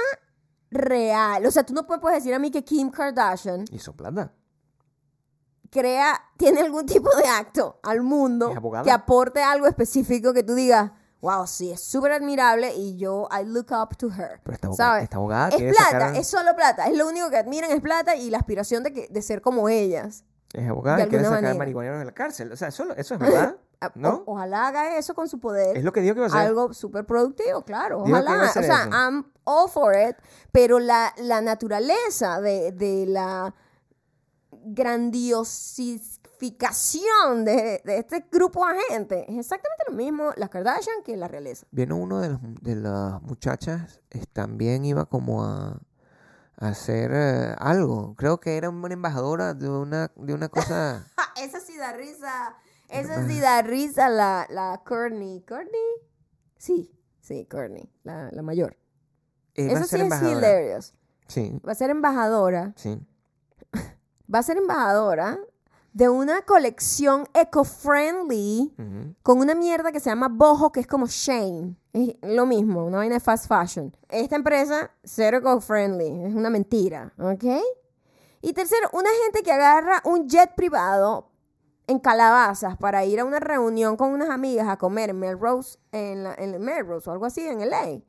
A: real. O sea, tú no pu- puedes decir a mí que Kim Kardashian
B: Y son plata.
A: crea, tiene algún tipo de acto al mundo
B: Es abogada.
A: que aporte algo específico que tú digas, wow, sí, es súper admirable y yo, I look up to her.
B: Pero esta abogada,
A: ¿Sabes?
B: esta abogada
A: es
B: quiere
A: plata,
B: sacar-
A: es solo plata. Es lo único que admiran, es plata y la aspiración de, que, de ser como ellas.
B: es abogada
A: de
B: y quiere
A: alguna
B: sacar
A: manera.
B: marihuaneros de la cárcel. O sea, eso, lo- eso es verdad,
A: *laughs* Ah, o-
B: ¿no?
A: ojalá haga eso con su poder.
B: Es lo que digo que iba a hacer.
A: algo súper productivo, claro.
B: Digo que
A: Ojalá.
B: iba a
A: O
B: hacer
A: sea,
B: eso.
A: I'm all for it. Pero la, la naturaleza de, de la grandiosificación de, de este grupo de gente es exactamente lo mismo las Kardashian que la realeza.
B: Vino uno de, los- de las muchachas, es- también iba como a, a hacer eh, algo. Creo que era una embajadora de una, de
A: *laughs*
B: una cosa.
A: Ja, Ah, esa sí da risa. Esa sí da risa la, la Courtney. ¿Courtney? Sí, sí, Courtney, la, la mayor.
B: eh, iba a
A: Eso sí
B: ser
A: es
B: embajadora.
A: hilarious.
B: Sí,
A: Va a ser embajadora.
B: sí.
A: va a ser embajadora de una colección eco-friendly
B: ujú.
A: con una mierda que se llama Boho, que es como Shane. Es lo mismo, una vaina de fast fashion. Esta empresa, cero eco-friendly. Es una mentira, ¿ok? Y tercero, una gente que agarra un jet privado en calabazas para ir a una reunión con unas amigas a comer en Melrose, en, la- en Melrose o algo así, en LA,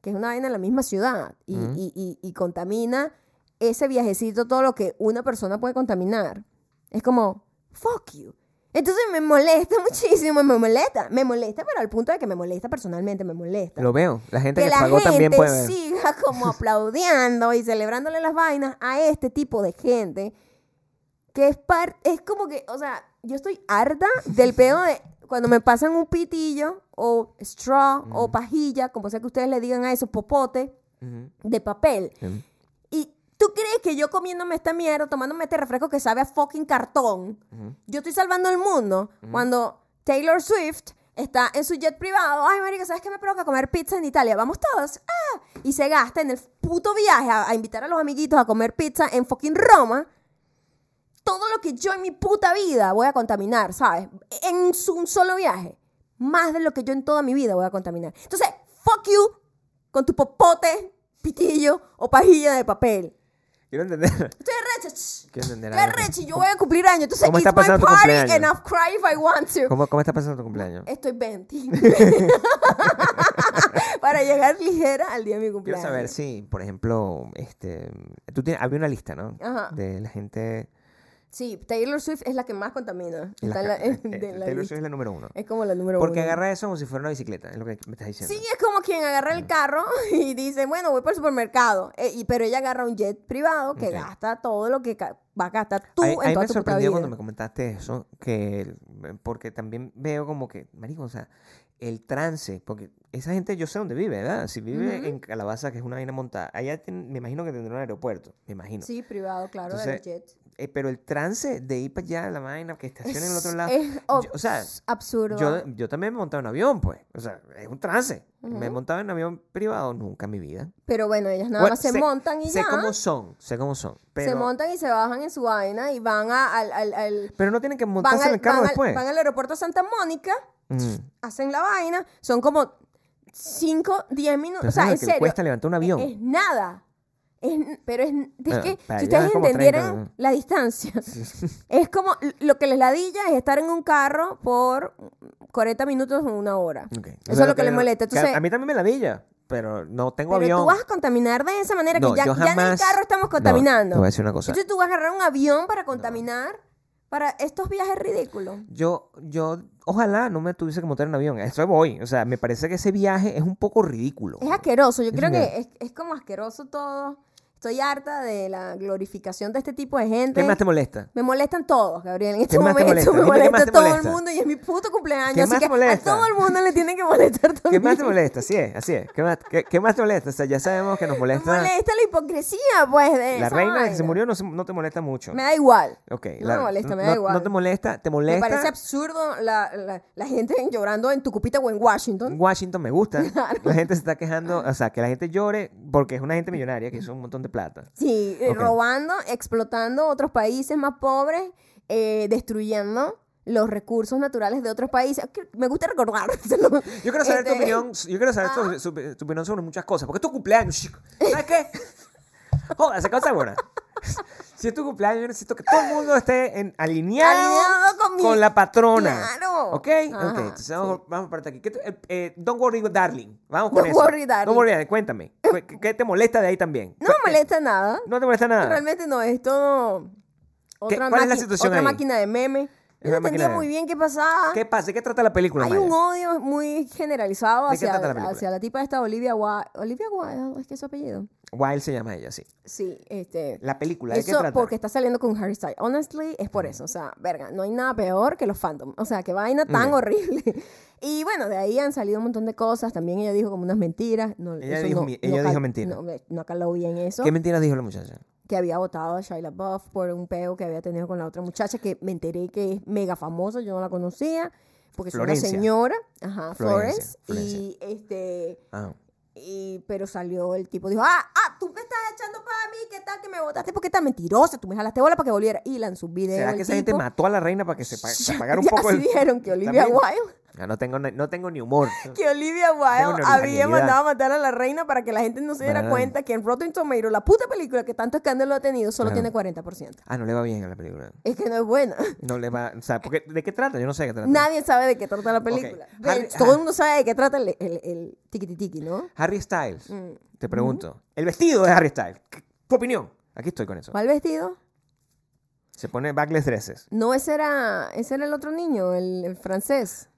A: que es una vaina en la misma ciudad y,
B: Ujú.
A: y- y- y contamina ese viajecito todo lo que una persona puede contaminar. Es como, fuck you. Entonces me molesta *laughs* muchísimo, me molesta, me molesta, pero al punto de que me molesta personalmente, me molesta
B: Lo veo. La gente que,
A: que la
B: pagó
A: gente
B: también puede ver.
A: siga como aplaudiendo y celebrándole las vainas a este tipo de gente que es parte es como que o sea yo estoy harta del pedo de cuando me pasan un pitillo o straw o pajilla como sea que ustedes le digan a eso popote
B: Ujú,
A: de papel
B: ujú.
A: y tú crees que yo comiéndome esta mierda tomándome este refresco que sabe a fucking cartón yo estoy salvando el mundo cuando Taylor Swift está en su jet privado. Ay, marica, ¿sabes qué me provoca comer pizza en Italia? Vamos todos. ¡Ah! Y se gasta en el puto viaje a, a invitar a los amiguitos a comer pizza en fucking Roma. Todo lo que yo en mi puta vida voy a contaminar, ¿sabes? En su- un solo viaje. Más de lo que yo en toda mi vida voy a contaminar. Entonces, fuck you con tu popote, pitillo o pajilla de papel.
B: Quiero entender. *laughs*
A: Estoy recha. ch.
B: Quiero entender
A: Claro,
B: algo.
A: Rechi, yo voy a cumplir años. Entonces,
B: ¿Cómo
A: it's
B: está
A: my
B: pasando tu
A: party
B: cumpleaños?
A: and I'll cry if I want to.
B: ¿Cómo, ¿Cómo está pasando tu cumpleaños?
A: Estoy 20.
B: *laughs*
A: *laughs* Para llegar ligera al día de mi
B: Quiero
A: cumpleaños.
B: saber si, por ejemplo, este, tú tienes, había una lista, ¿no?
A: Ajá.
B: De la gente.
A: Sí, Taylor Swift es la que más contamina. Está
B: la
A: en
B: ca-
A: la- *laughs* en-
B: eh,
A: de la
B: Taylor
A: lista.
B: Swift es la número uno.
A: Es como la número
B: Porque
A: uno.
B: agarra eso como si fuera una bicicleta, es lo que me estás diciendo.
A: Sí, es como quien agarra
B: Mm.
A: el carro *laughs* y dice, bueno, voy para el supermercado. Eh, y, pero ella agarra un jet privado que
B: Ok.
A: gasta todo lo que ca- va a gastar tú
B: Ahí-
A: en
B: ahí
A: toda
B: me
A: tu puta
B: sorprendió
A: vida.
B: cuando me comentaste eh, eso, que porque también veo como que, marico, o sea, el trance, porque esa gente yo sé dónde vive, ¿verdad? Si vive
A: Ujú.
B: en Calabaza, que es una vaina montada, allá ten- me imagino que tendrá un aeropuerto, me imagino.
A: Sí, privado, claro, de
B: Entonces,
A: los jets.
B: Eh, pero el trance de ir para allá, la vaina, que estaciona en el otro lado.
A: Es
B: yo- o sea,
A: abs- absurdo.
B: Yo, yo también me he montado en avión, pues. O sea, es un trance. Me he
A: Ujú.
B: montado en avión privado nunca en mi vida.
A: Pero bueno, ellas nada
B: Bueno,
A: más se,
B: sé-
A: montan y
B: sé
A: ya.
B: cómo son, sé cómo son. Pero,
A: Se montan y se bajan en su vaina y van a- al, al, al-
B: pero no tienen que
A: van,
B: montarse
A: al,
B: en el carro
A: van al-
B: después.
A: van al aeropuerto Santa Mónica,
B: Mm.
A: hacen la vaina, son como 5, 10 minutos.
B: Pero
A: O sea, en
B: ¿sabes lo que
A: serio, eh,
B: cuesta levantar un avión?
A: es nada. Es, n- pero es, n- es
B: Bueno,
A: que
B: para
A: si
B: allá
A: ustedes
B: es como 30
A: entendieran
B: minutos.
A: la distancia,
B: *laughs*
A: es como lo que les ladilla es estar en un carro por 40 minutos o una hora.
B: Ok.
A: Eso
B: O sea,
A: es lo que, les molesta.
B: que a-
A: Entonces,
B: a mí también me la villa, pero no tengo
A: pero
B: avión.
A: tú vas a contaminar de esa manera
B: No,
A: que ya,
B: yo
A: ya en el
B: jamás-
A: carro estamos
B: No,
A: contaminando.
B: te voy a decir una cosa.
A: Entonces tú vas a agarrar un avión para contaminar para estos viajes ridículos.
B: Yo, yo, ojalá no me tuviese que montar en avión. A eso voy. O sea, me parece que ese viaje es un poco ridículo.
A: Es asqueroso, yo
B: Es
A: creo
B: una-
A: que es, es como asqueroso todo. Estoy harta de la glorificación de este tipo de gente.
B: ¿Qué más te molesta?
A: Me molestan todos, Gabriel. En este
B: ¿Qué más te
A: momento *laughs*
B: molesta?
A: me
B: Dime qué más
A: molesta
B: te
A: todo
B: molesta.
A: el mundo y es mi puto cumpleaños.
B: ¿Qué
A: así
B: más te
A: que
B: molesta?
A: a todo el mundo le tiene que molestar
B: *laughs* ¿Qué
A: también.
B: más te molesta? Así es, así es. ¿Qué más, qué- qué más te molesta? O sea, ya
A: *laughs*
B: sabemos que nos
A: Me
B: molesta.
A: molesta la hipocresía, pues, de
B: La
A: esa
B: reina que se
A: vaina.
B: murió no, se- no te molesta mucho.
A: Me da igual.
B: Ok,
A: No
B: la-
A: me molesta, me
B: no-
A: da igual.
B: No te molesta, te
A: Me
B: molesta.
A: parece absurdo la, la- la gente llorando en Tucupita o en Washington.
B: Washington me gusta.
A: *laughs*
B: La gente se está quejando, o sea, que la gente llore porque es una gente millonaria que hizo un montón de plata.
A: Sí, eh,
B: Ok.
A: robando, explotando otros países más pobres, eh, destruyendo los recursos naturales de otros países. Que- Me gusta *laughs* recordárselo.
B: Yo quiero saber tu
A: Este,
B: opinión, yo quiero saber tu, su- tu opinión sobre muchas cosas, porque es tu cumpleaños, chico.
A: *laughs*
B: ¿Sabes qué? Joder, se cosa buena. *laughs* Si es tu cumpleaños, yo necesito que todo el mundo esté en, alineado,
A: Alineado con mi-
B: la patrona.
A: Claro.
B: ¿Ok?
A: Ajá,
B: ok, entonces vamos, vamos por aquí. ¿Qué te- eh, eh, don't worry, darling. Vamos con
A: Don't
B: eso.
A: worry, darling.
B: Don't worry, darling. Cuéntame. ¿Qué- ¿Qué, qué te molesta de ahí también?
A: *laughs* No me molesta nada.
B: No te molesta nada.
A: Realmente no, es todo
B: Ah. ¿Qué-
A: otra,
B: cuál es la
A: máquina-
B: situación
A: otra
B: ahí?
A: máquina de memes. Yo no
B: una máquina
A: entendía
B: de
A: muy
B: memes.
A: bien qué pasaba.
B: ¿Qué pasa? ¿De qué trata la película?
A: Hay
B: Maya?
A: un odio muy generalizado
B: ¿De qué
A: hacia
B: trata la
A: hacia la,
B: película?
A: tipa esta Olivia Wilde. Olivia Wilde, es que es su apellido.
B: Wilde se llama ella, sí.
A: Sí, este.
B: La película, ¿de qué
A: Eso
B: trata? Mm.
A: porque está saliendo con Harry Styles. Honestly, es por eso. O sea, verga, no hay nada peor que los fandom. O sea, qué vaina tan
B: Ok.
A: horrible. *laughs* Y bueno, de ahí han salido un montón de cosas. También ella dijo como unas mentiras. No,
B: Ella
A: eso
B: dijo
A: no-
B: mi-
A: no
B: ella
A: cal-
B: dijo mentira.
A: No, no caló bien eso.
B: ¿Qué mentira dijo la muchacha?
A: Que había votado a Shia Buff por un peo que había tenido con la otra muchacha que me enteré que es mega famosa. Yo no la conocía. Porque es una
B: Florencia.
A: señora. Ajá, Florence.
B: Florencia, Florencia.
A: Y este.
B: Ah.
A: Y, pero salió el tipo, dijo, ah, ah, tú me estás echando para mí, ¿qué tal que me votaste? Porque tan mentirosa, tú me jalaste bola para que volviera. Y lanzó un video.
B: ¿Será que
A: el
B: esa gente
A: tipo.
B: mató a la reina para que se pa-
A: *laughs*
B: se
A: Ya-
B: pagara un
A: ya
B: poco
A: sí
B: el-
A: dijeron que Olivia
B: también?
A: Wilde,
B: Ya no tengo, ni- no tengo ni humor.
A: que Olivia Wilde
B: una
A: había
B: originalidad.
A: mandado a matar a la reina para que la gente no se diera
B: Claro.
A: cuenta que en Rotten Tomatoes, la puta película que tanto escándalo ha tenido, solo
B: Claro.
A: tiene 40%.
B: Ah, no le va bien a la película.
A: Es que no es buena.
B: No le va, o sea, porque, ¿de qué trata? Yo no sé de qué trata.
A: Nadie sabe de qué trata la película.
B: Ok. ah.
A: De-
B: Harry-
A: Todo el
B: Har-
A: mundo sabe de qué trata el, el, el tiquititiqui, ¿no?
B: Harry Styles,
A: Mm.
B: te pregunto. El vestido de Harry Styles. ¿Qué- ¿Tu opinión? Aquí estoy con eso.
A: ¿Cuál vestido?
B: Se pone backless dresses.
A: No, ese era, ese era el otro niño, el, el francés.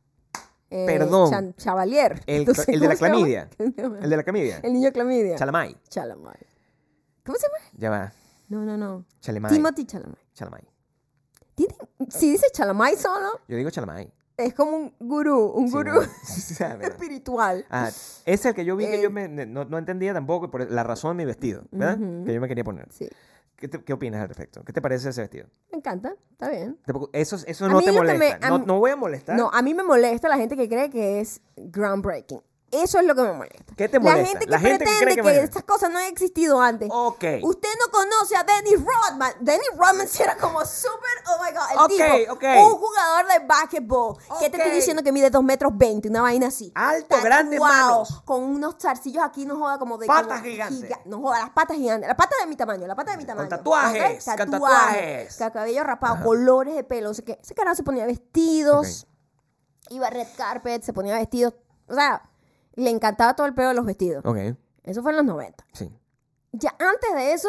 A: Eh,
B: Perdón.
A: Chan- Chavalier.
B: El,
A: No sé
B: el de la
A: cómo se
B: clamidia.
A: *laughs* llama.
B: El de la clamidia.
A: El niño clamidia.
B: Chalamay.
A: Chalamay. ¿Cómo se llama?
B: Ya va.
A: No, no, no.
B: Chalamay.
A: Timothy Chalamay.
B: Chalamay.
A: Tiene- Si dice Chalamay solo,
B: Yo digo Chalamay.
A: es como un gurú, un
B: Sí,
A: gurú
B: bueno. *laughs* Sí, sabe, ¿verdad?
A: *laughs* espiritual.
B: Ah, es el que yo vi que
A: Eh,
B: yo me- no, no entendía tampoco por la razón de mi vestido, ¿verdad? Que yo me quería poner.
A: Sí,
B: ¿Qué, te- qué opinas al respecto? ¿Qué te parece ese vestido?
A: me encanta, está bien.
B: Tampoco- Eso, eso
A: A
B: no
A: mí
B: te
A: lo que me-
B: molesta.
A: a
B: no,
A: mí-
B: no voy a molestar.
A: No, a mí me molesta la gente que cree que es groundbreaking. Eso es lo que me molesta.
B: ¿Qué te molesta?
A: La gente que
B: La gente que cree
A: pretende que,
B: que vale.
A: estas cosas no han existido antes.
B: Ok.
A: Usted no conoce a Dennis Rodman. Dennis Rodman sí era como súper, oh my god, el
B: Ok,
A: tipo,
B: ok.
A: un jugador de básquetbol. Que te estoy
B: Ok.
A: diciendo que mide 2 metros 20, una vaina así.
B: Alto, grandes manos.
A: Con unos zarcillos aquí, no joda, como de.
B: Patas
A: como
B: gigantes.
A: giga- no joda, las patas gigantes. La pata de mi tamaño, la pata de mi tamaño.
B: tatuajes,
A: ¿ok? Tatuajes.
B: con tatuajes.
A: ca- Cabello rapado, colores de pelo. O sea que ese carajo se ponía vestidos. Iba a red carpet, se ponía vestidos. O sea, le encantaba todo el pelo de los vestidos.
B: Ok,
A: Eso fue en los 90.
B: sí.
A: Ya antes de eso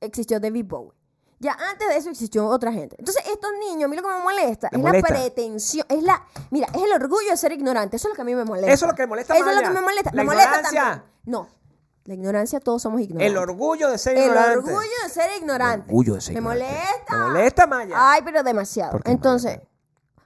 A: existió David Bowie. Ya antes de eso existió otra gente. Entonces, estos niños, a mí lo que me molesta
B: ¿Te
A: es
B: molesta?
A: la pretensión, es la mira, es el orgullo de ser ignorante, eso es lo que a mí me molesta.
B: Eso es lo que molesta,
A: Eso es lo
B: Maya.
A: que me molesta,
B: La
A: me molesta
B: ignorancia.
A: también. No. La ignorancia todos somos ignorantes.
B: El orgullo de ser
A: El
B: ignorante.
A: orgullo de ser ignorante.
B: El orgullo de ser
A: Me
B: ignorante.
A: molesta.
B: Me molesta, Maya.
A: Ay, pero demasiado.
B: ¿Por qué, Maya?
A: Entonces,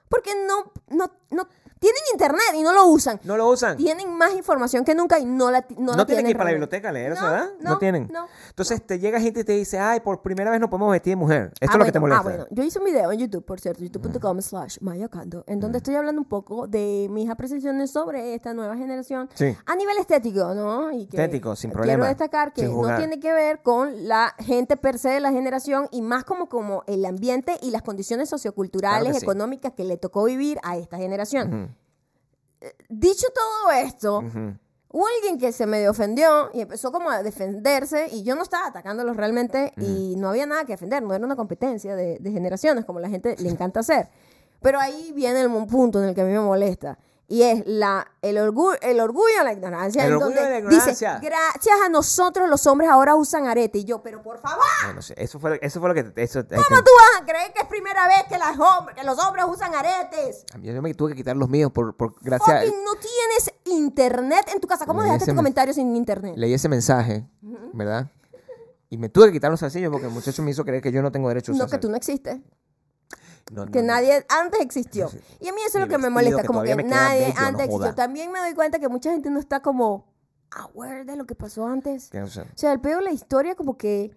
A: porque no no no Tienen internet y no lo usan.
B: No lo usan.
A: Tienen más información que nunca y no la, ti- no
B: No,
A: la
B: tienen
A: tienen.
B: que ir para la
A: realmente.
B: biblioteca a leer,
A: No,
B: ¿verdad? No,
A: no,
B: tienen.
A: no,
B: Entonces te llega gente y te dice, ay, por primera vez no podemos vestir de mujer. Esto es
A: Ah,
B: lo que te
A: bueno,
B: molesta.
A: ah, bueno. Yo hice un video en YouTube, por cierto, youtube.com slash mayocando, en
B: Mm.
A: donde estoy hablando un poco de mis apreciaciones sobre esta nueva generación
B: Sí.
A: a nivel estético, ¿no? Y que
B: Estético, sin problema,
A: Quiero destacar que
B: sin
A: no
B: jugar.
A: tiene que ver con la gente per se de la generación y más como, como el ambiente y las condiciones socioculturales,
B: Claro que sí.
A: económicas que le tocó vivir a esta generación. Eh, Dicho todo esto,
B: Ujú.
A: Hubo alguien que se medio ofendió y empezó como a defenderse y yo no estaba atacándolos realmente y no había nada que defender, no era una competencia de, de generaciones como la gente le encanta hacer. Pero ahí viene el mo- punto en el que a mí me molesta y es la, el, orgu- el orgullo a la ignorancia.
B: El
A: en
B: orgullo
A: donde
B: a la ignorancia.
A: Dice, gracias a nosotros los hombres ahora usan arete y yo, pero por favor,
B: Bueno, sí, eso, fue, eso fue lo que... Eso,
A: ¿cómo tú vas a creer que es primera vez que, las hom- que los hombres usan aretes?
B: A mí- Yo me tuve que quitar los míos por, por gracias.
A: Fucking no tienes internet en tu casa. ¿Cómo
B: Le
A: dejaste tu
B: dicen-
A: comentario sin internet?
B: Leí ese mensaje, ¿verdad? Y me tuve que quitar los zarcillos porque el muchacho me hizo creer que yo no tengo derecho a
A: No,
B: usar
A: que tú
B: zarcillos.
A: no existes.
B: No, no,
A: que
B: no.
A: nadie antes existió. Y a mí eso es lo
B: Mi
A: que me
B: vestido
A: molesta,
B: que
A: como que
B: todavía me queda
A: nadie
B: bello, no
A: antes existió.
B: joda.
A: También me doy cuenta que mucha gente no está como aware de lo que pasó antes.
B: Que no sé.
A: O sea, el peor de la historia como que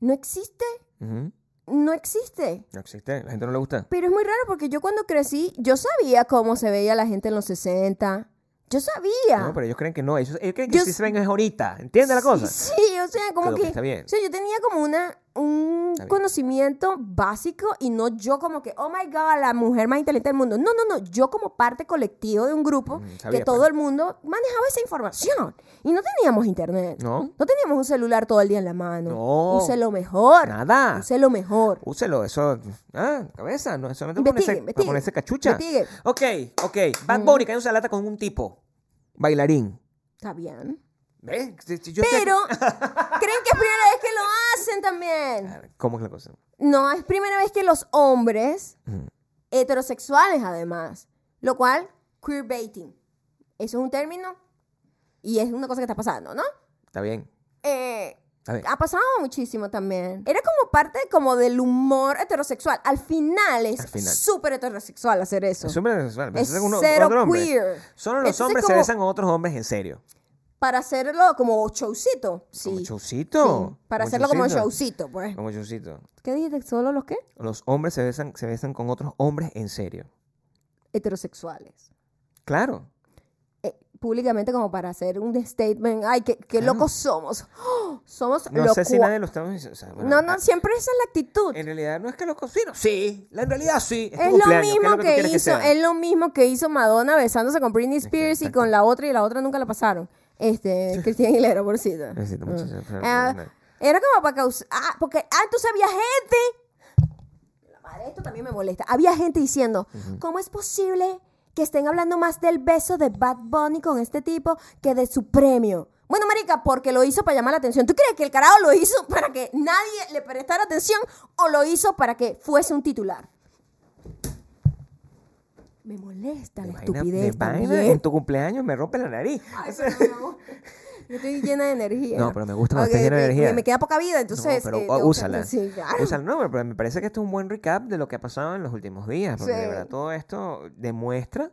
A: no existe,
B: Ujú.
A: no existe.
B: No existe, la gente no le gusta.
A: Pero es muy raro porque yo cuando crecí, yo sabía cómo se veía la gente en los 60. Yo sabía.
B: No, pero ellos creen que no. Ellos, ellos creen que
A: Yo
B: si
A: s-
B: se ven es ahorita. ¿Entiendes la cosa?
A: Sí, sí, o sea, como
B: Creo
A: que,
B: que está bien.
A: O sea, yo tenía como una un
B: bien.
A: conocimiento básico y no yo como que, oh my god, la mujer más inteligente del mundo. No, no, no, yo como parte colectivo de un grupo
B: Mm, sabía,
A: que todo
B: pues.
A: el mundo manejaba esa información y no teníamos internet.
B: No.
A: teníamos un celular todo el día en la mano.
B: No.
A: Use lo mejor.
B: Nada.
A: Use lo mejor.
B: Úselo, eso. Ah, cabeza, no, solamente
A: Investigue,
B: para ponerse, para
A: investigue.
B: ponerse cachucha.
A: Investigue.
B: Ok, ok. Bad Bunny cayó en una lata con un tipo. Bailarín.
A: Está bien.
B: ¿Ves? Si- si yo estoy
A: Pero
B: aquí-
A: creen que es primera vez que lo hacen también.
B: ¿Cómo es la cosa?
A: No, es primera vez que los hombres
B: Ujú.
A: heterosexuales, además, lo cual, queerbaiting. Eso es un término y es una cosa que está pasando, ¿no?
B: Está bien.
A: Eh,
B: Está bien.
A: ha pasado muchísimo también. Era como parte como del humor heterosexual. Al final
B: Al
A: es
B: final.
A: súper heterosexual hacer eso.
B: Es hombre homosexual, pero
A: es
B: eso es uno-
A: cero
B: otro hombre.
A: queer.
B: Solo los
A: Entonces,
B: hombres se
A: como
B: besan con otros hombres en serio.
A: Para hacerlo como showcito. Sí.
B: Como showcito.
A: Sí, Para hacerlo como showcito, pues.
B: Como showcito.
A: ¿Qué dijiste? ¿Solo los qué?
B: Los hombres se besan, se besan con otros hombres en serio.
A: Heterosexuales.
B: Claro.
A: eh, públicamente como para hacer un statement, ay, qué, qué
B: Claro.
A: locos somos. *gasps* ¡Oh! somos
B: No
A: locos.
B: sé si nadie lo estamos diciendo. o sea, bueno,
A: no,
B: ah,
A: no, siempre esa es la actitud.
B: En realidad no es que los cocino. Sí, la- en realidad sí. tu
A: Es lo
B: cumpleaños, ¿qué
A: mismo
B: es lo tú
A: que,
B: quieres
A: hizo,
B: sea?
A: es lo mismo que hizo Madonna besándose con Britney Spears y
B: exacto.
A: con la otra y la otra nunca la pasaron.
B: *laughs*
A: Este, Cristina Aguilera, por cierto.
B: Pobrecita,
A: Ah.
B: muchacha, fue
A: Ah,
B: una-
A: era como para causar, ah, porque antes había gente. La madre, esto también me molesta. Había gente diciendo, ¿cómo es posible que estén hablando más del beso de Bad Bunny con este tipo que de su premio? Bueno, marica, porque lo hizo para llamar la atención. ¿Tú crees que el carajo lo hizo para que nadie le prestara atención o lo hizo para que fuese un titular? Me molesta la
B: Vaina-
A: estupidez
B: de vaina,
A: también. Ah,
B: en tu cumpleaños me rompe la nariz.
A: Ay, pero no. *laughs* Yo estoy llena de energía.
B: No, pero me gusta cuando
A: Ok,
B: estés llena de
A: ok,
B: energía.
A: Me, me queda poca vida,
B: No,
A: entonces.
B: pero
A: eh,
B: ah,
A: tengo que-
B: úsala.
A: sí, claro.
B: Úsala, no, pero me parece que este es un buen recap de lo que ha pasado en los últimos días. Porque de
A: Sí.
B: verdad todo esto demuestra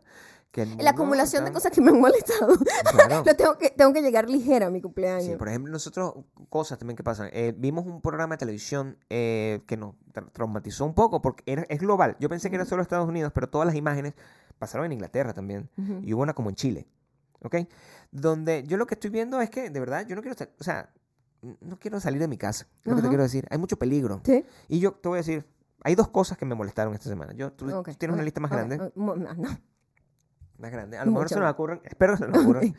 B: que. el
A: *laughs*
B: mundo
A: La acumulación de
B: está-
A: cosas que me han molestado.
B: Claro.
A: *laughs* Lo tengo que, tengo que llegar ligera a mi
B: Sí,
A: cumpleaños.
B: por ejemplo, nosotros, mm, cosas también que pasan. Eh, vimos un programa de televisión eh, que nos tra- traumatizó un poco porque era, es global. Yo pensé que era solo Estados Unidos, pero todas las imágenes pasaron en Inglaterra también. Y hubo una como en Chile. ¿Ok? Donde yo lo que estoy viendo es que, de verdad, yo no quiero, sal- o sea, n- no quiero salir de mi casa. Es lo que te
A: Ajá.
B: quiero decir. Hay mucho peligro.
A: ¿Sí?
B: Y yo te voy a decir, hay dos cosas que me molestaron esta semana. Yo, tú, tú
A: Ok,
B: tienes una
A: ok,
B: lista más
A: ok,
B: grande.
A: ok, mo- no, no.
B: Más grande. A lo mejor
A: Mucho
B: se nos
A: más.
B: ocurren, espero que se nos
A: *laughs*
B: ocurran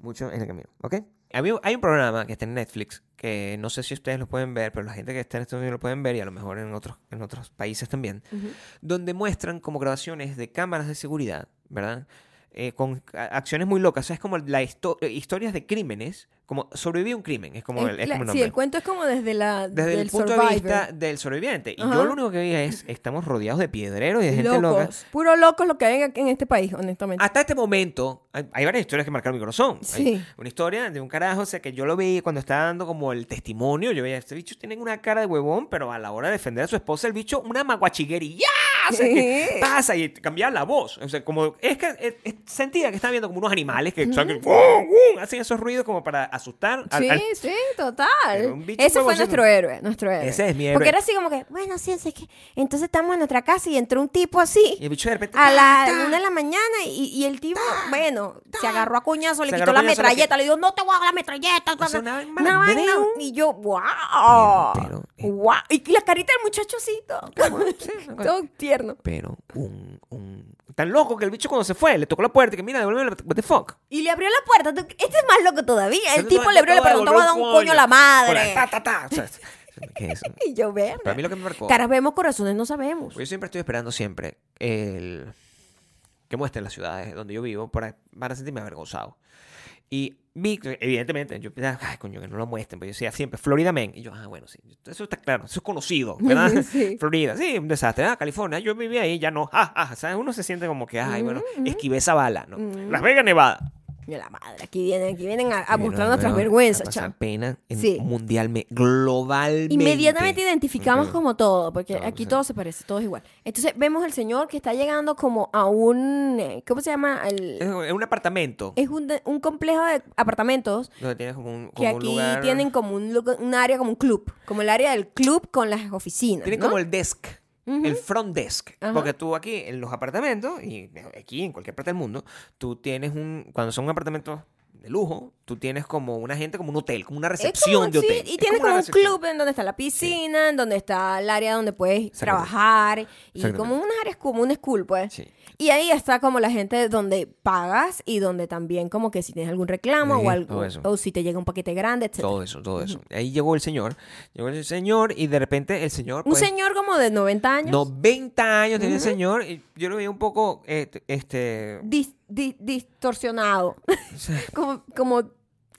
B: mucho en el camino, ¿ok? hay un programa que está en Netflix que no sé si ustedes lo pueden ver, pero la gente que está en Estados Unidos lo pueden ver y a lo mejor en otros, en otros países también,
A: Ujú.
B: donde muestran como grabaciones de cámaras de seguridad, ¿verdad? Eh, con a- acciones muy locas, o sea, es como la histo- eh, historias de crímenes, como sobreviví a un crimen, es como el, es
A: La-
B: como
A: sí,
B: el nombre.
A: el cuento es como desde la
B: Desde
A: del
B: el punto
A: survivor.
B: de vista del sobreviviente. Y
A: Ajá.
B: yo lo único que vi es, estamos rodeados de piedreros y de gente
A: locos,
B: loca.
A: puro locos lo que hay en, en este país, honestamente.
B: Hasta este momento, hay, hay varias historias que marcaron mi corazón. Hay
A: Sí.
B: una historia de un carajo, o sea, que yo lo vi cuando estaba dando como el testimonio. Yo veía, este bicho tiene una cara de huevón, pero a la hora de defender a su esposa, el bicho, una maguachiguería.
A: *laughs*
B: pasa, que pasa, y cambiaba la voz. O sea, como, es que eh, eh, sentía que estaba viendo como unos animales que sacan- ¡Bum! ¡Bum! hacen esos ruidos como para asustar al-
A: Sí,
B: al-
A: sí,
B: Era
A: total.
B: un bicho
A: Ese fue
B: huevocito.
A: nuestro héroe, nuestro héroe.
B: Ese es mi
A: Porque
B: héroe.
A: era así como que, bueno, sí, es que entonces estamos en nuestra casa y entró un tipo
B: y
A: así
B: el bicho de repente
A: a
B: ¡ta, ta!
A: la una de la mañana y, y el tipo, bueno, se agarró a cuñazo, le
B: Se
A: quitó
B: agarró
A: la
B: a cuñazo, le
A: metralleta, le dijo, no te voy a dar la metralleta.
B: O sea,
A: bla, bla,
B: una
A: una
B: madre,
A: vaina.
B: un-
A: Y yo, wow.
B: Entero, eh.
A: wow. Y la carita del muchachocito, *laughs*
B: Sí, una cosa-
A: todo tierno.
B: pero un, un tan loco que el bicho cuando se fue le tocó la puerta y que mira devuélveme la what the fuck
A: Y le abrió la puerta. tú- Este es más loco todavía. El tipo le abrió la
B: le
A: puerta, te voy a dar un coño a la madre.
B: Ta, ta, ta. O sea, es- ¿Qué es eso?
A: Y yo, ver.
B: Para mí lo que me marcó.
A: Caras vemos, corazones no sabemos.
B: Yo siempre estoy esperando siempre el que muestren las ciudades donde yo vivo para, para sentirme avergonzado. Y vi, que, evidentemente, yo pensaba, ay, coño, que no lo muestren, pero yo decía siempre, Florida Man. Y yo, ah, bueno, sí, eso está claro, eso
A: *laughs*
B: es conocido, ¿verdad?
A: Sí.
B: Florida, sí, un desastre. Ah, California, yo viví ahí, ya no, ah, ah, ¿sabes? Uno se siente como que, ay, bueno,
A: Mm.
B: esquivé esa bala, ¿no? Las Vegas, Nevada.
A: Mira la madre, aquí vienen, aquí vienen a, a
B: Pero,
A: mostrar nuestras
B: bueno, a
A: vergüenzas,
B: pasar
A: chamo.
B: pena en-
A: Sí.
B: mundialme- globalmente.
A: Inmediatamente identificamos
B: Ok.
A: como todo, porque
B: Todo,
A: aquí
B: sí.
A: todo se parece, todo es igual. Entonces vemos al señor que está llegando como a un, eh, ¿cómo se llama? Al-
B: Es en un apartamento.
A: es un, de- un complejo de apartamentos
B: Donde tienes como un,
A: que
B: como un
A: aquí
B: lugar-
A: tienen como un, lu- un área, como un club, como el área del club con las oficinas.
B: Tienen
A: ¿no?
B: como el desk, el front desk.
A: Ajá.
B: Porque tú aquí en los apartamentos, y aquí en cualquier parte del mundo, tú tienes un. Cuando son apartamentos de lujo, tú tienes como una gente, como un hotel, como una
A: Es como-
B: recepción de
A: sí,
B: hotel.
A: y
B: Es
A: tiene como,
B: una
A: un
B: recepción.
A: club en donde está la piscina, en donde está el área donde puedes
B: Exactamente.
A: trabajar y
B: Exactamente.
A: como unas áreas como un school, pues.
B: Sí.
A: Y ahí está como la gente donde pagas y donde también como que si tienes algún reclamo
B: Sí,
A: o algo
B: todo eso.
A: o si te llega un paquete grande, etc.
B: Todo eso, todo eso. Ahí llegó el señor. Llegó el señor y de repente el señor.
A: Un
B: pues,
A: señor como de 90 años.
B: 90 años tenía el señor y yo lo veía un poco. eh, este.
A: dis- di-
B: *laughs*
A: distorsionado. *laughs* como, como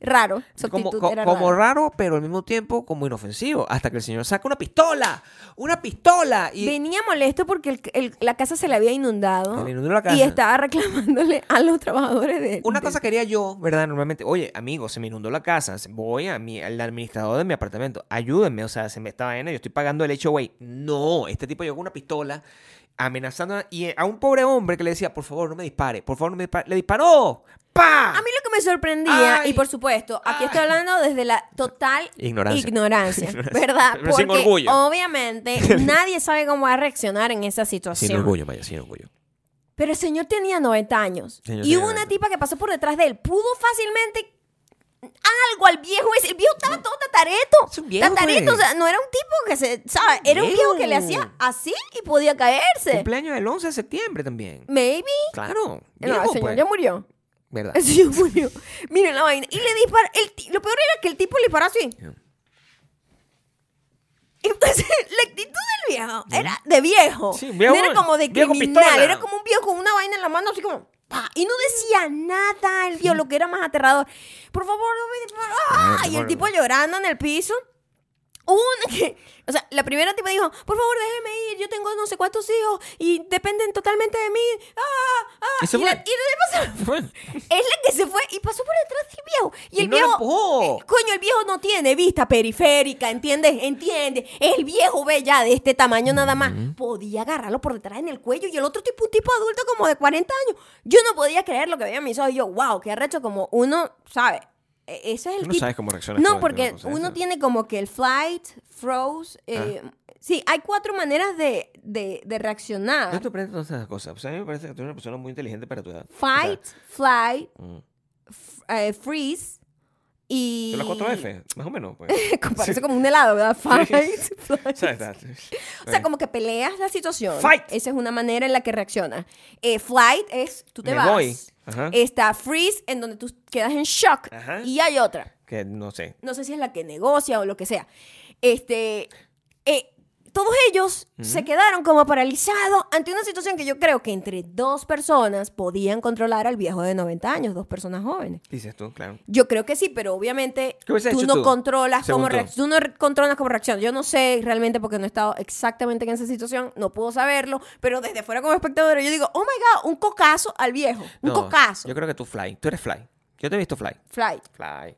A: raro. su
B: Como,
A: actitud
B: co-
A: era
B: como
A: rara.
B: raro, pero al mismo tiempo como inofensivo. Hasta que el señor saca una pistola. ¡Una pistola! Y,
A: Venía molesto porque el- el- la casa se le había inundado.
B: Se le inundó la casa.
A: Y estaba *laughs* reclamándole a los trabajadores de.
B: Una
A: de-
B: cosa que haría yo, ¿verdad? Normalmente, oye, amigo, se me inundó la casa, se- voy a mi, al administrador de mi apartamento, ayúdenme, o sea, se me está vaina, yo estoy pagando el hecho, güey. No, este tipo llegó con una pistola amenazando a- y a un pobre hombre que le decía, por favor, no me dispare, por favor, no me dispare. ¡Le disparó! ¡Pa!
A: A mí lo que me sorprendía,
B: Ay.
A: y por supuesto, aquí estoy
B: Ay.
A: hablando desde la total
B: Ignorancia. *laughs*
A: ignorancia, ¿verdad?
B: Pero sin
A: Porque
B: orgullo.
A: obviamente
B: *laughs*
A: nadie sabe cómo va a reaccionar en esa situación.
B: Sin orgullo, vaya, sin orgullo.
A: Pero el señor tenía 90 años.
B: Señor
A: y
B: tenía
A: hubo una
B: 90.
A: tipa que pasó por detrás de él. Pudo fácilmente algo al viejo ese. El viejo estaba todo tatareto.
B: Es un viejo,
A: tatareto,
B: pues.
A: o sea, no era un tipo que se, ¿sabes? Era un viejo que le hacía
B: Viejo.
A: así y podía caerse.
B: Cumpleaños del 11 de septiembre también.
A: Maybe.
B: Claro.
A: Mm. no,
B: viejo,
A: el señor
B: pues.
A: ya murió.
B: ¿Verdad?
A: *laughs* El señor murió. Miren la vaina. Y le dispara. el ti- lo peor era que el tipo le disparó así. Entonces, *laughs* la actitud del viejo era de viejo.
B: Sí, viejo-
A: no era como de
B: viejo
A: criminal.
B: pistola.
A: Era como un viejo con una vaina en la mano, así como. ¡pa! Y no decía nada el viejo, lo que era más aterrador. Por favor, no me dispares. ¡Ah!
B: Ah,
A: Y el
B: bueno.
A: tipo llorando en el piso. Hubo Una que, *laughs* o sea, la primera tipa dijo, por favor, déjeme ir, yo tengo no sé cuántos hijos y dependen totalmente de mí. ¡Ah! ¡Ah!
B: Y se
A: y la, y
B: fue.
A: la tipa se-
B: Bueno,
A: es la que se fue y pasó por detrás del viejo. Y
B: Y
A: el
B: no la
A: viejo.
B: empujó.
A: eh, Coño, el viejo no tiene vista periférica, ¿entiendes? ¿Entiendes? El viejo ve ya de este tamaño nada más. Podía agarrarlo por detrás en el cuello y el otro tipo, un tipo adulto como de 40 años. Yo no podía creer lo que veía a mis ojos. Yo, wow, qué arrecho como uno, ¿sabe? E- Ese es el
B: Tú no
A: tipo.
B: sabes cómo reacciona
A: No,
B: esta-
A: porque
B: una cosa de
A: uno
B: esa.
A: tiene como que el flight,
B: Ah.
A: froze. eh, Sí, hay cuatro maneras de, de- de reaccionar.
B: Yo te aprendo todas esas cosas. O sea, a mí me parece que tú eres una persona muy inteligente para tu edad. O sea,
A: Fight, flight,
B: mm.
A: f- eh, freeze y...
B: Son las 4 F, más o menos. Pues.
A: *laughs* Como- Parece como un helado, ¿verdad?
B: *laughs*
A: Fight, flight.
B: O sea, está- *laughs*
A: O sea, como que peleas la situación.
B: Fight.
A: Esa es una manera en la que reaccionas. Eh, flight es tú te
B: Me
A: vas.
B: voy. Ajá.
A: Está freeze en donde tú quedas en shock.
B: Ajá.
A: Y hay otra.
B: Que no sé.
A: No sé si es la que negocia o lo que sea. Este, eh, todos ellos se quedaron como paralizados ante una situación que yo creo que entre dos personas podían controlar al viejo de 90 años, dos personas jóvenes.
B: Dices tú, claro.
A: Yo creo que sí, pero obviamente
B: ¿Qué hubieses
A: tú
B: hecho
A: no
B: tú,
A: controlas
B: según
A: cómo
B: tú?
A: reacc- tú no re- controlas cómo reacciona. Yo no sé realmente porque no he estado exactamente en esa situación, no puedo saberlo, pero desde fuera como espectadora yo digo, "Oh my god, un cocazo al viejo, un
B: No,
A: cocazo."
B: Yo creo que tú fly. Tú eres fly. Yo te he visto fly.
A: Fly.
B: Fly.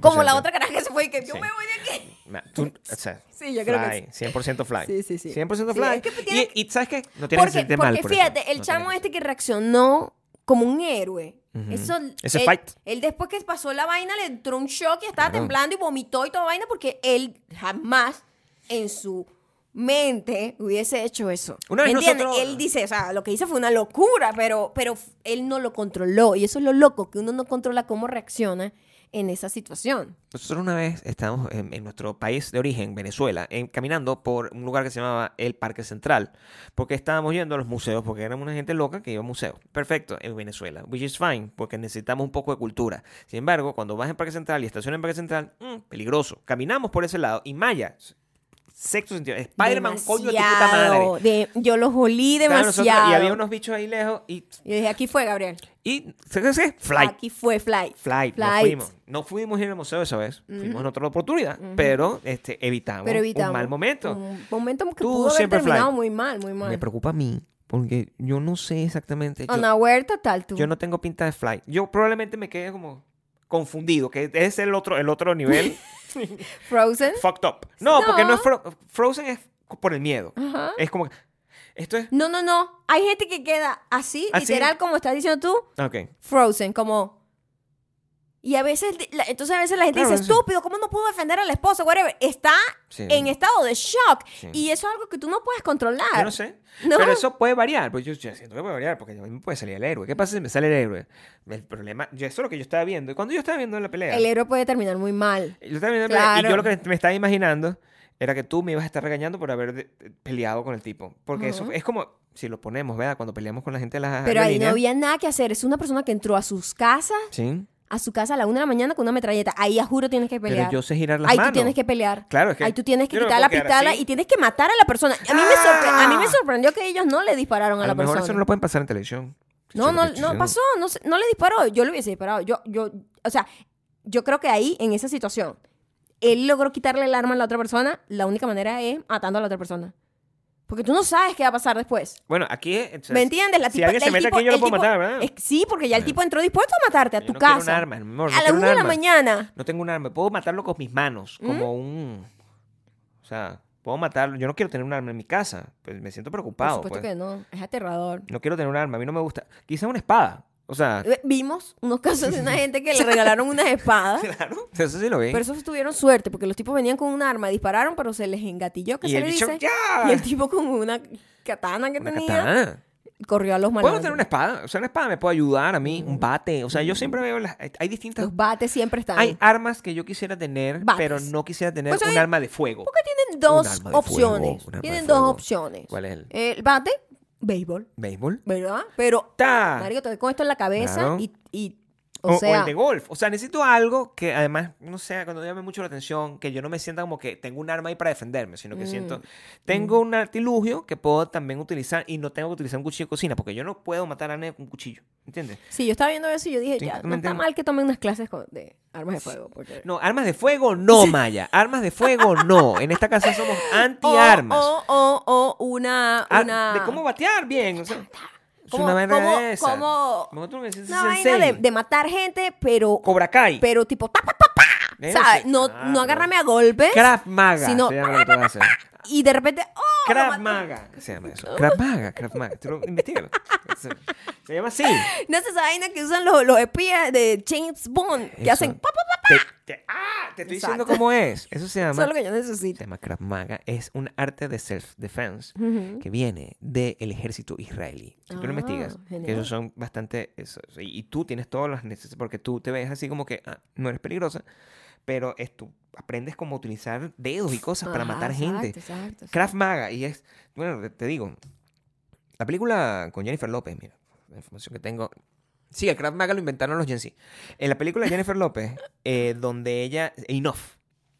A: Como la otra caraja que se fue y que yo
B: Sí.
A: me voy de aquí.
B: Ma- tú- o sea,
A: Sí, yo creo que
B: fly, 100% fly.
A: Sí, sí, sí.
B: 100%
A: Sí,
B: fly.
A: es que tiene-
B: y, y ¿sabes qué? No tienes que
A: Porque,
B: sentirte
A: porque
B: mal por eso.
A: fíjate, el
B: No
A: chamo
B: tienes
A: este que reaccionó como un héroe.
B: Ujú.
A: Eso,
B: Ese
A: él,
B: fight.
A: él después que pasó la vaina le entró un shock y estaba
B: Claro.
A: temblando y vomitó y toda vaina porque él jamás en su mente hubiese hecho eso.
B: Una vez
A: ¿Me entiendes?
B: nosotros-
A: Él dice, o sea, lo que hizo fue una locura, pero, pero f- él no lo controló y eso es lo loco, que uno no controla cómo reacciona en esa situación.
B: Nosotros una vez estábamos en, en nuestro país de origen, Venezuela, en- caminando por un lugar que se llamaba el Parque Central, porque estábamos yendo a los museos, porque éramos una gente loca que iba a museos. Perfecto, en Venezuela, which is fine, porque necesitamos un poco de cultura. Sin embargo, cuando vas en Parque Central y estacionas en Parque Central, mm, peligroso. Caminamos por ese lado y Maya, sexto sentido, Spider-Man, coño, de tu puta madre.
A: Demasiado. De- yo los olí
B: Claro,
A: demasiado.
B: nosotros- y había unos bichos ahí lejos y,
A: Yo dije, aquí fue, Gabriel.
B: y ¿sabes qué? Flight.
A: Aquí fue Flight.
B: Flight, no
A: Flight.
B: fuimos. No fuimos en el museo esa vez. Fuimos en otra oportunidad, pero este, evitamos,
A: Pero evitamos.
B: un mal momento.
A: Un momento que
B: Tú
A: pudo haber
B: siempre
A: terminado
B: Flight.
A: muy mal, muy
B: Me
A: mal.
B: preocupa a mí, porque yo no sé exactamente. Yo,
A: Unaware total tú.
B: yo no tengo pinta de flight. Yo probablemente me quede como confundido, que es el otro, el
A: *laughs*
B: otro nivel
A: Frozen.
B: fucked up. No, porque no es
A: No.
B: fro- Frozen es por el miedo.
A: Ajá.
B: Es como que- esto es
A: No, no, no. Hay gente que queda así,
B: Así.
A: literal, como estás diciendo tú,
B: Ok.
A: Frozen, como... Y a veces, la- entonces a veces la gente
B: Claro,
A: dice,
B: sí.
A: estúpido, ¿cómo no pudo defender al esposo? Whatever. Está
B: Sí.
A: en estado de shock.
B: Sí.
A: Y eso es algo que tú no puedes controlar.
B: Yo no sé.
A: No.
B: Pero eso puede variar. Pues yo, yo siento que puede variar porque a mí me puede salir el héroe. ¿Qué pasa si me sale el héroe? El problema, yo, eso es lo que yo estaba viendo. Y cuando yo estaba viendo la pelea,
A: El héroe puede terminar muy mal.
B: yo estaba viendo la pelea,
A: Claro.
B: y yo lo que me estaba imaginando era que tú me ibas a estar regañando por haber de- eh, peleado con el tipo. Porque eso es como, si lo ponemos, ¿verdad? Cuando peleamos con la gente de las
A: Pero ahí no
B: aerolíneas.
A: había nada que hacer. Es una persona que entró a sus casas,
B: Sí.
A: a su casa a la una de la mañana con una metralleta. Ahí a juro tienes que pelear.
B: Pero yo sé girar las
A: Ahí
B: manos.
A: tú tienes que pelear.
B: Claro, es que
A: Ahí tú tienes que
B: yo no me
A: quitar la
B: puedo quedar
A: pistola
B: así.
A: y tienes que matar a la persona. A mí, me, sorpre- a mí me
B: ¡Ah!
A: sorprendió que ellos no le dispararon a,
B: A
A: la
B: lo mejor
A: persona.
B: eso no lo pueden pasar en televisión.
A: no,
B: Yo
A: no,
B: creo que
A: no
B: sí.
A: pasó. No, se- no le disparó. Yo le hubiese disparado. Yo, yo, o sea, yo creo que ahí, en esa situación, él logró quitarle el arma a la otra persona. La única manera es matando a la otra persona. Porque tú no sabes qué va a pasar después.
B: Bueno, aquí... eh, o sea,
A: ¿Me entiendes? La
B: si
A: tipa-
B: alguien se
A: el
B: mete
A: tipo-
B: aquí, yo lo
A: el
B: puedo
A: tipo-
B: matar, ¿verdad?
A: es- sí, porque ya el tipo entró dispuesto a matarte a
B: Yo
A: tu
B: no quiero
A: casa.
B: un arma, mi amor, no
A: a la
B: quiero
A: una
B: un
A: de la
B: arma.
A: mañana.
B: No tengo un arma. Puedo matarlo con mis manos, como un... O sea, puedo matarlo. Yo no quiero tener un arma en mi casa. Pues me siento
A: Por
B: preocupado.
A: supuesto
B: pues.
A: que no. Es aterrador.
B: No quiero tener un arma. A mí no me gusta. Quizá una espada. O sea,
A: Eh, Vimos unos casos
B: *laughs*
A: de una gente que le regalaron unas espadas.
B: claro. *laughs* Eso sí lo ven.
A: Pero esos tuvieron suerte porque los tipos venían con un arma, dispararon, pero se les engatilló, que
B: y
A: se
B: el
A: le
B: bicho,
A: dice.
B: ¡ya!
A: Y el tipo con una katana que
B: Una
A: tenía
B: katana.
A: corrió a los
B: Puedo
A: malandros.
B: tener una espada. O sea, una espada me puede ayudar a mí. Un bate. O sea, yo siempre veo las... Hay distintas...
A: Mm. Los bates siempre están.
B: Hay armas que yo quisiera tener,
A: Bates.
B: pero no quisiera tener
A: Pues,
B: un
A: oye,
B: arma de fuego.
A: Porque tienen
B: Un
A: dos
B: arma de
A: opciones.
B: fuego, un arma
A: tienen
B: de
A: dos
B: fuego.
A: opciones.
B: ¿Cuál es el-
A: El bate, béisbol,
B: ¿Béisbol?
A: ¿verdad? Pero,
B: ¡Ta!
A: marico, te doy con esto en la cabeza
B: Ah. Claro.
A: y, y-
B: O,
A: o,
B: o
A: sea,
B: el de golf. O sea, necesito algo que además, no sea, cuando llame mucho la atención, que yo no me sienta como que tengo un arma ahí para defenderme, sino que
A: Mm,
B: siento, tengo un artilugio que puedo también utilizar y no tengo que utilizar un cuchillo de cocina, porque yo no puedo matar a nadie con un cuchillo, ¿entiendes?
A: sí, yo estaba viendo eso y yo dije,
B: Sí,
A: ya,
B: tú
A: no
B: me
A: está
B: entiendes.
A: mal que tomen unas clases con- de armas de fuego. Porque...
B: No, armas de fuego no, Maya. Armas de fuego no. En esta
A: *laughs*
B: casa somos anti-armas.
A: O, o, o, o una,
B: Ar-
A: una...
B: Ah, De cómo batear bien. O sea, es
A: ¿Cómo-
B: una vaina
A: cómo-
B: de esa.
A: cómo-
B: Nosotros me decís
A: Una vaina
B: sensei.
A: de, de matar gente, pero,
B: Cobra Kai.
A: pero tipo, ta, pa, pa, pa,
B: Eh,
A: ¿sabes?
B: sí,
A: No,
B: claro.
A: no agárrame a golpes.
B: Krav Maga.
A: sino-
B: se llama lo que tú vas a hacer.
A: Y de repente, ¡oh! lo
B: Krav
A: mató!
B: Maga. Se llama eso. Krav Maga, Krav Maga. Tú lo- investígalo. Se, se llama así.
A: No es esa vaina que usan los, los espías de James Bond, que
B: Eso.
A: hacen, pa, pa, pa, pa.
B: Te, te- ¡Ah! Te estoy diciendo
A: Exacto.
B: cómo es. Eso se
A: Eso es
B: llama.
A: lo que yo necesito.
B: Se llama Krav Maga. Es un arte de self-defense que viene del ejército israelí. Si tú
A: Ah,
B: lo investigas,
A: genial.
B: que ellos son bastante. eso- y y tú tienes todas las necesidades. Porque tú te ves así como que ah, no eres peligrosa, pero es tú aprendes cómo utilizar dedos y cosas para
A: Ajá,
B: matar
A: exacto,
B: gente.
A: exacto, exacto.
B: Krav Maga, y es, bueno, te- te digo, la película con Jennifer López, mira, la información que tengo. Sí, el Krav Maga lo inventaron los Gen Z. En la
A: *laughs*
B: película de Jennifer López, eh, donde ella, Enough,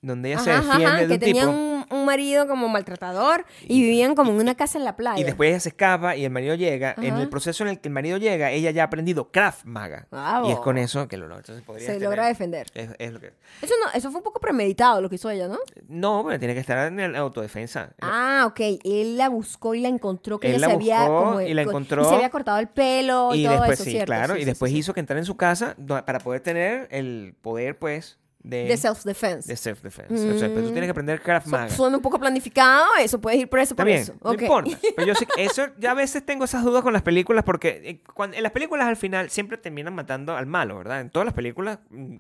B: donde ella se
A: Ajá, ajá,
B: defiende
A: ajá,
B: de
A: que
B: un tipo.
A: tenían un, un marido como maltratador y, vivían como en una casa en la playa.
B: Y después ella se escapa y el marido llega. En
A: Ajá.
B: el proceso en el que el marido llega, ella ya ha aprendido Krav Maga.
A: Bravo.
B: Y es con eso que lo logra. Entonces podrías
A: se
B: tener-
A: logra defender.
B: Es, es lo que...
A: Eso no, eso fue un poco premeditado lo que hizo ella, ¿no?
B: No, pero tiene que estar en el autodefensa.
A: Ah, ok. Él la buscó y la encontró que
B: Él
A: ella
B: la
A: se había
B: buscó
A: como-
B: y la
A: co-
B: encontró.
A: y se había cortado el pelo y,
B: y
A: Oh, todo
B: después
A: eso,
B: sí,
A: ¿cierto?
B: claro
A: Sí,
B: y
A: sí,
B: después
A: sí, sí.
B: hizo que entrara en su casa do- para poder tener el poder pues de,
A: De self-defense.
B: de self-defense. O sea, pero tú tienes que aprender Krav
A: Su-
B: Maga.
A: Suena un poco planificado eso, puedes ir preso
B: Está
A: por
B: bien,
A: eso.
B: no
A: Ok.
B: importa.
A: *laughs*
B: Pero yo sé que eso, ya a veces tengo esas dudas con las películas porque eh, cuan- en las películas al final siempre terminan matando al malo, ¿verdad? En todas las películas, mm,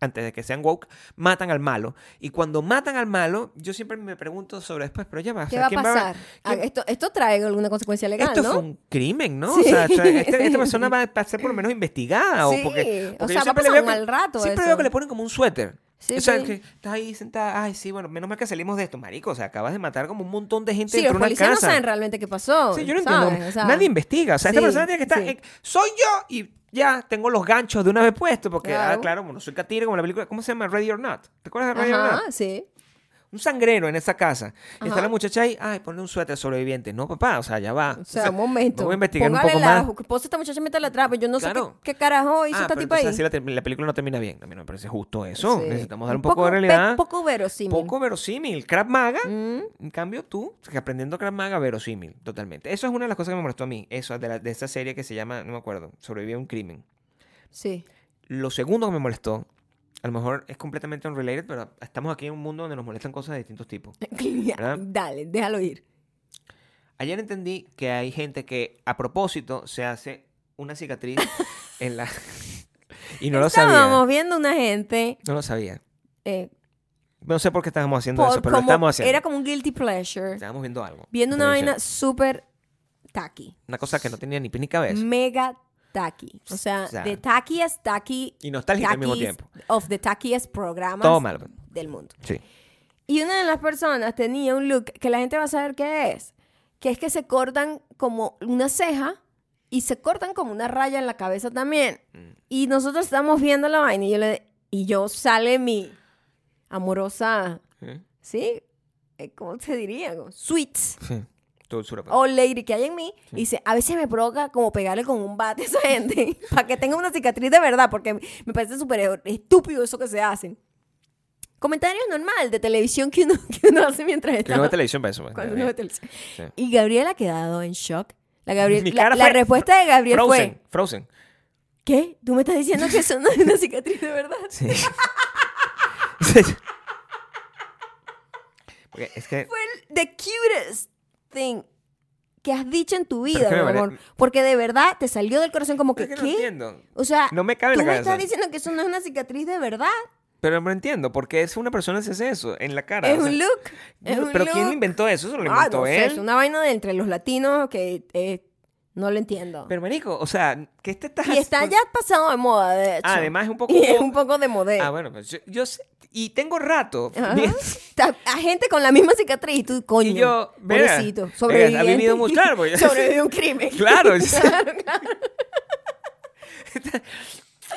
B: antes de que sean woke, matan al malo. Y cuando matan al malo, yo siempre me pregunto sobre después, pero ya va, o
A: ¿Qué
B: sea,
A: va a
B: ¿quién
A: pasar? Ah,
B: quién-
A: esto, esto trae alguna consecuencia legal,
B: Esto
A: ¿no?
B: fue un crimen,
A: *laughs*
B: ¿no?
A: Sí.
B: O sea, o sea, este- esta persona va a ser por lo menos investigada.
A: Sí,
B: o, porque,
A: o
B: porque
A: sea,
B: yo
A: va a
B: siempre le
A: pasar
B: veo
A: un
B: que-
A: mal rato
B: Siempre
A: eso.
B: veo que le ponen como un suéter.
A: Sí,
B: o sea,
A: sí.
B: que estás ahí sentada. Ay, sí, bueno, menos mal que salimos de esto, marico. O sea, acabas de matar como un montón de gente
A: Sí, los
B: dentro de una
A: policías no
B: casa.
A: saben realmente qué pasó.
B: Sí, yo no
A: ¿sabes?
B: entiendo.
A: O sea,
B: Nadie investiga. O sea,
A: sí,
B: esta persona tiene que estar.
A: sí.
B: en- soy yo y ya tengo los ganchos de una vez puestos. Porque,
A: Claro.
B: ah, claro, bueno, soy catire como la película. ¿Cómo se llama? Ready or Not. ¿Te acuerdas de Ready or Not?
A: Ajá, sí.
B: Un sangrero en esa casa. Y
A: Ajá.
B: está la muchacha ahí. Ay, ponle un suéter sobreviviente. No, papá, o sea, ya va.
A: O sea, un momento.
B: Voy a investigar
A: Póngale
B: un poco
A: la,
B: más.
A: Posa esta muchacha mete la trapa. Yo no sé
B: Claro.
A: qué, qué carajo hizo
B: Ah,
A: esta
B: pero
A: tipa ahí.
B: entonces así la, te- la película no termina bien. A mí no me parece justo eso.
A: Sí.
B: Necesitamos dar un
A: Un
B: poco,
A: poco
B: de realidad.
A: pe- poco verosímil. Mm,
B: Poco verosímil. Krav Maga. En cambio, tú, que aprendiendo Krav Maga, verosímil. Totalmente. Eso es una de las cosas que me molestó a mí. Eso, de, la- de esa serie que se llama, no me acuerdo, Sobrevivió a un crimen.
A: Sí.
B: Lo segundo que me molestó, a lo mejor es completamente unrelated, pero estamos aquí en un mundo donde nos molestan cosas de distintos tipos.
A: *laughs*
B: ¿Verdad?
A: Dale, déjalo ir.
B: Ayer entendí que hay gente que a propósito se hace
A: *laughs*
B: una cicatriz en la... *laughs* y no lo
A: Estábamos
B: sabía.
A: viendo una gente
B: No lo sabía.
A: eh,
B: No sé por qué estábamos haciendo
A: por
B: eso, pero lo
A: como,
B: estábamos haciendo.
A: era como un guilty pleasure,
B: Estábamos viendo algo.
A: viendo
B: en
A: una
B: televisión.
A: vaina súper tacky,
B: Una cosa que no tenía ni pin ni cabeza.
A: mega tacky, o sea,
B: Pues. O sea,
A: the tackiest tacky,
B: Y nostálgica al mismo
A: tackies
B: tiempo.
A: of the tackiest programas
B: Todo malo.
A: del mundo.
B: Sí.
A: Y una de las personas tenía un look que la gente va a saber qué es, que es que se cortan como una ceja y se cortan como una raya en la cabeza también. Y nosotros estamos viendo la vaina y yo, le, y yo sale mi amorosa,
B: Sí.
A: ¿sí? Eh, ¿Cómo se diría? Como Sweets.
B: Sí. Todo pues. el sur.
A: O lady que hay en mí. Y dice, a veces me provoca como pegarle con un bate a esa gente *laughs* para que tenga una cicatriz de verdad, porque me parece súper estúpido eso que se hacen. Comentario normal de televisión que uno, *laughs* que uno hace mientras
B: Que
A: está.
B: no ve televisión para eso. pues.
A: cuando
B: Ya
A: uno ve
B: bien.
A: televisión.
B: Sí.
A: Y Gabriel ha quedado en shock. La, Gabriel-
B: Mi
A: la,
B: cara
A: la
B: fue
A: respuesta de Gabriel
B: Frozen.
A: fue,
B: Frozen.
A: ¿qué? ¿Tú me estás diciendo que eso no es una cicatriz de verdad? *laughs*
B: Sí. *laughs* Sí. Porque es que...
A: fue el- the cutest thing que has dicho en tu vida,
B: es que me
A: mi
B: pare-
A: amor. Porque de verdad te salió del corazón como que,
B: es que no
A: ¿qué?
B: entiendo.
A: o sea,
B: No me cabe en
A: tú
B: la
A: me
B: cabeza.
A: estás diciendo que eso no es una cicatriz de verdad.
B: Pero no entiendo. Porque es una persona que se hace eso en la cara.
A: Es
B: o sea,
A: un look. Es
B: no-
A: un
B: Pero ¿quién
A: look.
B: lo inventó eso? Eso lo
A: Ah,
B: inventó
A: no sé,
B: él.
A: es una vaina de entre los latinos que eh, no lo entiendo.
B: Pero marico, o sea, ¿qué te estás
A: y está ya pasado de moda, de hecho.
B: Ah, además es un poco-
A: *laughs* Y es un poco de
B: Ah,
A: modelo.
B: bueno, pues yo, yo sé- y tengo rato
A: *laughs* Ajá.
B: viendo-
A: Ta- A gente con la misma cicatriz y tú, coño,
B: Y yo, verga,
A: pobrecito,
B: verga, ha
A: sobreviviente.
B: vivido mucho,
A: *laughs*
B: claro, porque-
A: Sobrevivió a un crimen.
B: pues. Claro.
A: *laughs* claro, claro.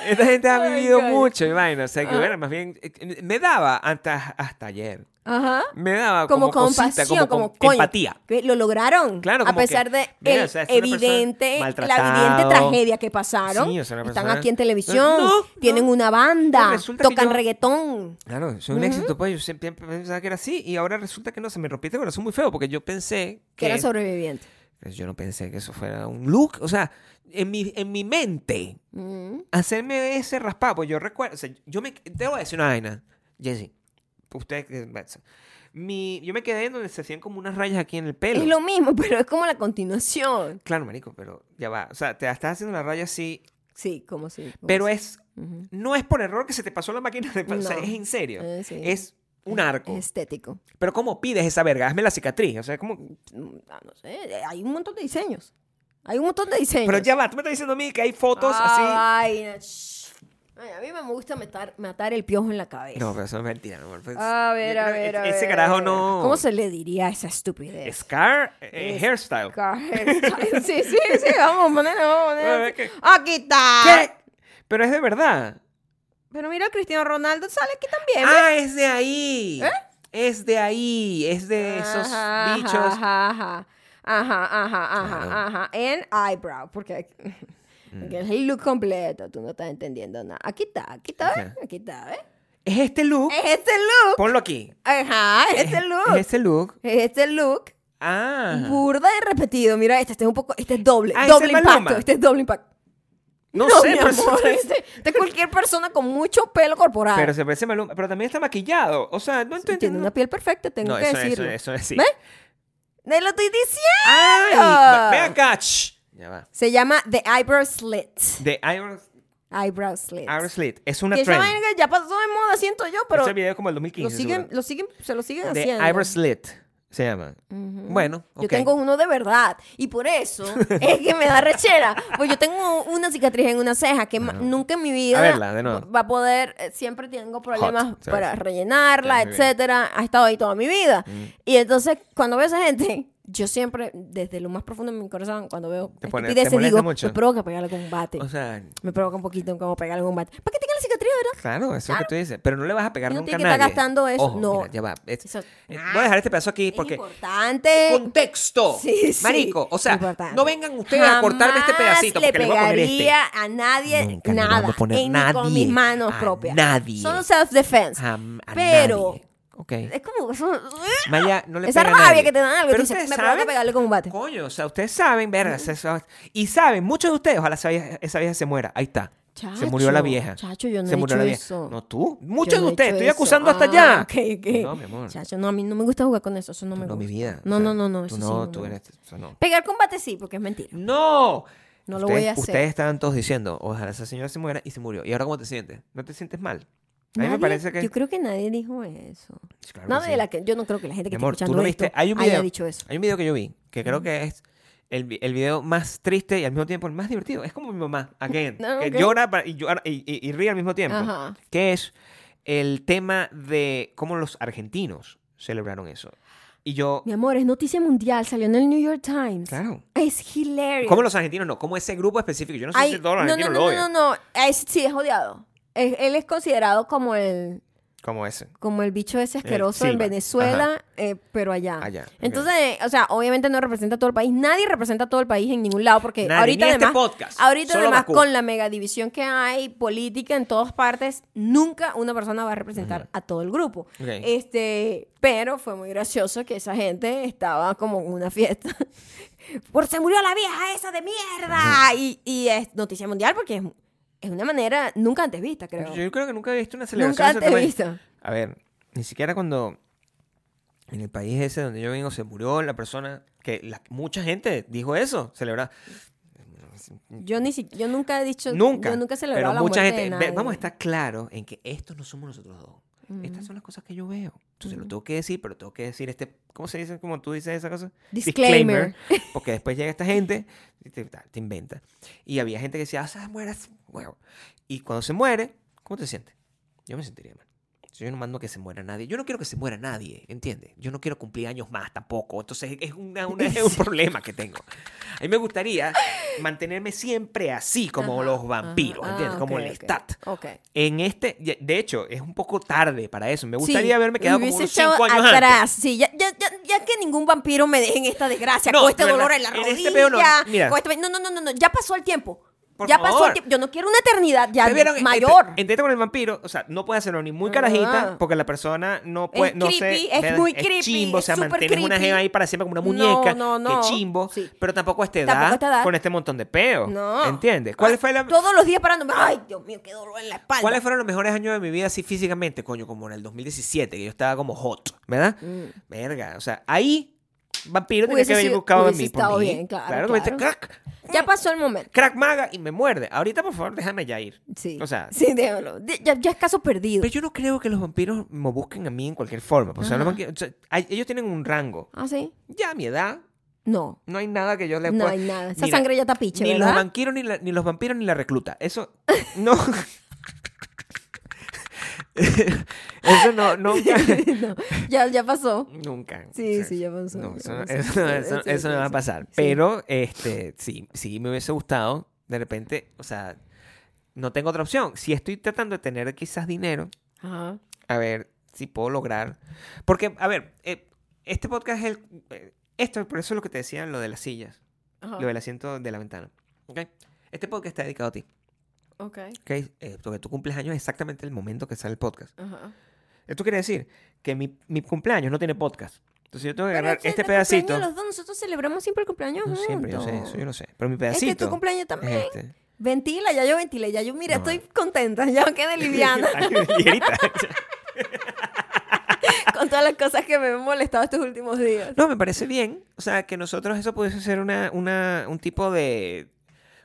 B: Esta gente ha
A: Ay,
B: vivido
A: God.
B: mucho y vaina, o sea que bueno, más bien eh, me daba hasta hasta ayer.
A: Ajá.
B: Me daba
A: como,
B: como,
A: compasión, como,
B: cosita, como, con-
A: coño,
B: empatía.
A: que Lo lograron.
B: Claro,
A: a
B: como
A: pesar
B: que,
A: de
B: mira,
A: el
B: o sea, es una persona
A: evidente, la evidente
B: maltratado.
A: tragedia que pasaron.
B: Sí, o sea, una
A: Están
B: persona-
A: aquí en televisión,
B: No,
A: tienen
B: no.
A: una banda,
B: No, resulta que
A: tocan
B: yo-
A: reggaetón.
B: Claro, soy un éxito, pues yo siempre pensaba que era así y ahora resulta que no, se me rompió el corazón muy feo porque yo pensé
A: Que
B: que,
A: eran sobrevivientes.
B: pues, yo no pensé que eso fuera un look, o sea, en mi en mi mente
A: Mm.
B: hacerme ese raspado, pues yo recuerdo, o sea, yo me te voy a decir una vaina, Jesse. Usted que- mi yo me quedé en donde se hacían como unas rayas aquí en el pelo.
A: Es lo mismo, *laughs* pero es como la continuación.
B: Claro, marico, pero ya va. O sea, te estás haciendo la raya así,
A: Sí, como si. como
B: pero
A: si.
B: es
A: Ujú.
B: no es por error que se te pasó la máquina de pa- o sea,
A: No.
B: es en serio.
A: Eh, sí.
B: Es un arco.
A: Es estético.
B: Pero ¿cómo pides esa verga? Hazme la cicatriz. O sea, como...
A: Mm, ah, No sé, eh, hay un montón de diseños. Hay un montón de diseños.
B: Pero ya va, tú me estás diciendo a mí que hay fotos así...
A: Ah, vaina, shh. Ay, a mí me gusta matar, matar el piojo en la cabeza.
B: No, pero eso es mentira, mi amor. Pues,
A: A ver,
B: yo
A: a
B: creo que
A: ver, a ver.
B: Ese carajo no...
A: ¿Cómo se le diría a esa estupidez?
B: Scar eh,
A: Es-
B: hairstyle.
A: Hairstyle. *laughs* sí, sí, sí, vamos a ponerlo, vamos a ponerlo.
B: A ver, ¿qué?
A: ¡Aquí está!
B: ¿Qué? Pero es de verdad.
A: Pero mira, Cristiano Ronaldo sale aquí también. ¿eh? ¿ves?
B: Ah, es de ahí. Es de ahí. Es de Ah, esos
A: ¿Eh? Ajá,
B: bichos.
A: Ajá, ajá, ajá, ajá, ajá,
B: Claro. Mm.
A: ajá. En eyebrow, porque porque es el look completo, tú no estás entendiendo nada. Aquí está, aquí está, ¿ves?
B: Ajá.
A: aquí está, ¿ves?
B: Es este look.
A: Es este look.
B: Ponlo aquí.
A: Ajá, es este
B: Es
A: look.
B: este look.
A: Es este look.
B: Ah.
A: Burda y repetido. Mira, este, este es un poco, este es doble,
B: Ah, ese
A: doble
B: es Maluma.
A: impacto. Este es doble impacto.
B: No,
A: No,
B: sé,
A: mi
B: pero,
A: amor, este- este cualquier persona con mucho pelo corporal.
B: pero se parece Maluma. Pero también está maquillado. O sea, no entiendo.
A: tiene una piel perfecta, tengo
B: no,
A: que
B: eso, eso,
A: decirlo.
B: eso es sí.
A: ¿Ves? ¡Me lo estoy diciendo!
B: ¡Ay!
A: Ah.
B: Ve acá. ch. Ya va.
A: Se llama The Eyebrow Slit.
B: The Iron,
A: Eyebrow Slit.
B: Iron Slit. Es una
A: que esa
B: trend.
A: vaina ya pasó de moda, siento yo, pero
B: Ese video es como el
A: lo
B: 2015.
A: siguen, *laughs*
B: seguro.
A: lo siguen, se lo siguen
B: The
A: haciendo.
B: Iron Slit se llama. Bueno, ok.
A: Yo tengo uno de verdad y por
B: *laughs*
A: eso es que me da rechera. Pues yo tengo una cicatriz en una ceja que ma- nunca en mi vida
B: A verla, de nuevo.
A: va a poder, eh, siempre tengo problemas
B: Hot, ¿sabes?
A: para rellenarla,
B: Ya, muy bien. Mm.
A: etcétera. Ha estado ahí toda mi vida. Y entonces cuando veo a esa gente, *laughs* yo siempre desde lo más profundo de mi corazón cuando veo
B: Te pone- te
A: estupideces
B: molesta
A: digo,
B: mucho.
A: me provoca pegarle con un bate.
B: O sea,
A: me provoca un poquito como pegarle con un bate. ¿Para qué tenga la cicatriz, verdad?
B: claro, eso es lo que tú dices. Pero no le vas a pegar
A: Y no
B: nunca a
A: tiene que estar
B: nadie.
A: gastando eso,
B: Ojo,
A: no.
B: mira, ya va. Es-
A: Eso-
B: eh, voy a dejar este pedazo aquí porque...
A: es importante.
B: contexto.
A: Sí, sí.
B: Marico, o sea,
A: Importante.
B: no vengan ustedes a cortarme este
A: Jamás
B: pedacito
A: le
B: porque les voy a poner este.
A: pegaría a nadie
B: Nunca le
A: nada.
B: vamos a poner
A: eh, ni con
B: nadie,
A: mis manos
B: a
A: propias.
B: nadie.
A: Son self defense.
B: Jam- a
A: Pero-
B: nadie. Ok.
A: Es como ¡ah! eso-
B: Maya, no le
A: esa
B: pega a
A: rabia
B: nadie.
A: que te dan algo
B: Pero
A: dice,
B: ustedes
A: me provoca
B: saben-
A: pegarle con un bate.
B: Coño, o sea, ustedes saben, verga, esa- y saben, muchos de ustedes, ojalá esa vieja, esa vieja se muera. Ahí está. se murió la
A: Chacho,
B: vieja.
A: chacho, yo no
B: se
A: he
B: murió
A: hecho
B: la vieja.
A: eso.
B: No tú,
A: Yo
B: muchos
A: no
B: de
A: he
B: ustedes,
A: hecho
B: estoy
A: eso.
B: acusando hasta
A: Ah,
B: allá.
A: ok, ok.
B: No, mi amor.
A: Chacho, no, a mí no me gusta jugar con eso. Eso no me
B: No,
A: gusta.
B: mi vida.
A: No,
B: O sea,
A: no, no, no.
B: tú
A: Eso sí,
B: no,
A: no
B: tú
A: me
B: eres-
A: gusta.
B: eso no.
A: Pegar con bate sí, porque es mentira.
B: No.
A: No lo
B: Ustedes-
A: voy a hacer.
B: Ustedes estaban todos diciendo, ojalá esa señora se muera y se murió. ¿Y ahora cómo te sientes? ¿No te sientes mal? A mí me
A: Nadie-
B: parece que...
A: Yo creo que nadie dijo eso.
B: Claro que
A: Nadie de
B: sí.
A: la que, yo no creo que la gente
B: Mi
A: que
B: amor,
A: está
B: tú
A: escuchando
B: lo viste.
A: esto
B: Hay un
A: haya
B: video.
A: dicho eso.
B: Hay un video que yo vi, que creo que es el, vi- el video más triste y al mismo tiempo el más divertido. Es como mi mamá,
A: *laughs*
B: again,
A: No,
B: que
A: Ah, ok.
B: llora, pa- y, llora y, y- y ríe al mismo tiempo.
A: Ajá.
B: Que es el tema de cómo los argentinos celebraron eso. Y yo,
A: Mi amor, es noticia mundial, salió en el New York Times.
B: claro.
A: Es hilarious.
B: ¿Cómo los argentinos no? ¿Cómo ese grupo específico? Yo no sé
A: Ay,
B: si todos los
A: no, no,
B: argentinos
A: no,
B: lo
A: no, no,
B: odian.
A: no. Es- sí, es odiado. Es- él es considerado como el,
B: Como ese.
A: como el bicho ese asqueroso en
B: Silva.
A: Venezuela, eh, pero allá.
B: Allá, ok.
A: Entonces, eh, o sea, obviamente no representa a todo el país. Nadie representa a todo el país en ningún lado porque
B: Nadie,
A: ahorita
B: ni este
A: además,
B: podcast,
A: ahorita
B: solo
A: además
B: Bakú.
A: con la megadivisión que hay política en todas partes, nunca una persona va a representar a todo el grupo.
B: Ok.
A: Este, pero fue muy gracioso que esa gente estaba como en una fiesta. *laughs* Por se murió la vieja esa de mierda y, y es noticia mundial porque es, es una manera nunca antes vista, creo.
B: Yo creo que nunca había visto una
A: Nunca
B: celebración de ese
A: antes
B: tamaño.
A: vista.
B: A ver, ni siquiera cuando en el país ese donde yo vengo se murió la persona que la- mucha gente dijo eso, celebrar.
A: Yo ni si- yo nunca he dicho
B: Nunca.
A: yo nunca he
B: pero
A: celebrado la
B: mucha
A: muerte
B: gente,
A: de
B: ve-
A: nadie.
B: vamos a estar claros en que estos no somos nosotros dos.
A: Mm.
B: Estas son las cosas que yo veo. Entonces lo tengo que decir, pero tengo que decir este, ¿cómo se dice? Como tú dices esa cosa?
A: Mm. Disclaimer.
B: Disclaimer, *laughs* porque después llega esta gente y te, te inventa. Y había gente que decía, ah, se muere ese huevo. Y cuando se muere, ¿cómo te sientes? Yo me sentiría mal. Entonces, Yo no mando que se muera nadie. Yo no quiero que se muera nadie, ¿entiendes? Yo no quiero cumplir años más tampoco. Entonces es, una-
A: *laughs*
B: una- es un problema que tengo. A mí me gustaría mantenerme siempre así, como
A: Ajá,
B: los vampiros,
A: ajá. Ah,
B: ¿entiendes? como
A: ok,
B: el
A: ok,
B: stat.
A: ok.
B: En este, y- de hecho, es un poco tarde para eso. Me gustaría haberme
A: Sí,
B: quedado
A: me
B: como unos
A: hubiese echado
B: cinco años antes.
A: atrás. Sí, ya, ya, ya, ya que ningún vampiro me deje en esta desgracia,
B: No,
A: con este
B: de verdad,
A: dolor en la
B: en
A: rodilla.
B: este pedo no, mira.
A: con este- no, no, no, no, no, ya pasó el tiempo.
B: Por
A: ya pasó
B: favor.
A: el tiempo. Yo no quiero una eternidad ya
B: ¿Te vieron? este,
A: mayor.
B: Ente- Entete con el vampiro, o sea, no puede hacerlo ni muy
A: Ah.
B: carajita, porque la persona no puede,
A: Es
B: no sé,
A: creepy, es
B: ¿verdad?
A: muy creepy,
B: chimbo, o sea,
A: es súper
B: mantienes una
A: creepy.
B: jeva ahí para siempre como una
A: No,
B: muñeca,
A: no, no.
B: que chimbo,
A: Sí.
B: pero tampoco a esta edad,
A: Tampoco a esta edad.
B: con este montón de peo,
A: no.
B: ¿entiendes? ¿Cuál
A: Ah,
B: fue la,
A: Todos los días parándome. Ay, Dios mío, qué dolor en la espalda.
B: ¿Cuáles fueron los mejores años de mi vida así físicamente? Coño, como en el 2017, que yo estaba como hot, ¿verdad? Verga, o sea, ahí vampiro
A: Mm.
B: tenía
A: Hubiese
B: que haber
A: sido-
B: buscado en
A: hubiese
B: mí. por
A: estado
B: mí.
A: bien, claro,
B: que me dice,
A: claro.
B: crack,
A: Ya pasó el momento.
B: crack maga y me muerde. Ahorita, por favor, déjame ya ir.
A: Sí.
B: O sea,
A: sí, déjalo. De- Ya, ya es caso perdido.
B: pero yo no creo que los vampiros me busquen a mí en cualquier forma. pues, O sea, los vampiros- o sea, hay- ellos tienen un rango.
A: ¿Ah, sí?
B: Ya a mi edad,
A: No.
B: no hay nada que yo les
A: No
B: pueda-
A: hay nada. Esa
B: pues, Mira,
A: sangre ya está piche,
B: ni los,
A: ¿verdad?
B: vampiros, ni, la- ni los vampiros ni la recluta. Eso no. *laughs* eso
A: *laughs*
B: no, nunca.
A: *laughs* No, ya, ya pasó.
B: nunca.
A: Sí,
B: O sea,
A: sí, ya pasó,
B: no,
A: ya
B: eso, no-
A: pasó.
B: eso no- eso-
A: Sí,
B: eso no
A: sí,
B: va a
A: sí.
B: pasar.
A: Sí.
B: Pero, este, sí, sí, me hubiese gustado. De repente, o sea, no tengo otra opción. Si estoy tratando de tener quizás dinero,
A: Ajá.
B: a ver si puedo lograr. Porque, a ver, eh, este podcast es el. eh, esto, por eso es lo que te decía, lo de las sillas,
A: Ajá.
B: lo del asiento de la ventana. ¿ok? Este podcast está dedicado a ti.
A: Ok.
B: ¿ok? Eh, porque tu cumpleaños es exactamente el momento que sale el podcast.
A: Ajá.
B: Esto quiere decir que mi, mi cumpleaños no tiene podcast. Entonces yo tengo que
A: Pero
B: agarrar
A: es que
B: este
A: el
B: pedacito.
A: cumpleaños de Los dos, nosotros celebramos siempre el cumpleaños
B: No
A: juntos.
B: siempre, yo sé eso, yo no sé. Pero mi
A: Es
B: pedacito.
A: que tu cumpleaños
B: es
A: también.
B: este.
A: Ventila, ya yo ventilé, ya yo, mira,
B: No.
A: estoy contenta, ya
B: *laughs*
A: quedé liviana
B: Ay, ligerita.
A: con todas las cosas que me han molestado estos últimos días.
B: No, me parece bien. O sea, que nosotros eso pudiese ser una, una, un tipo de.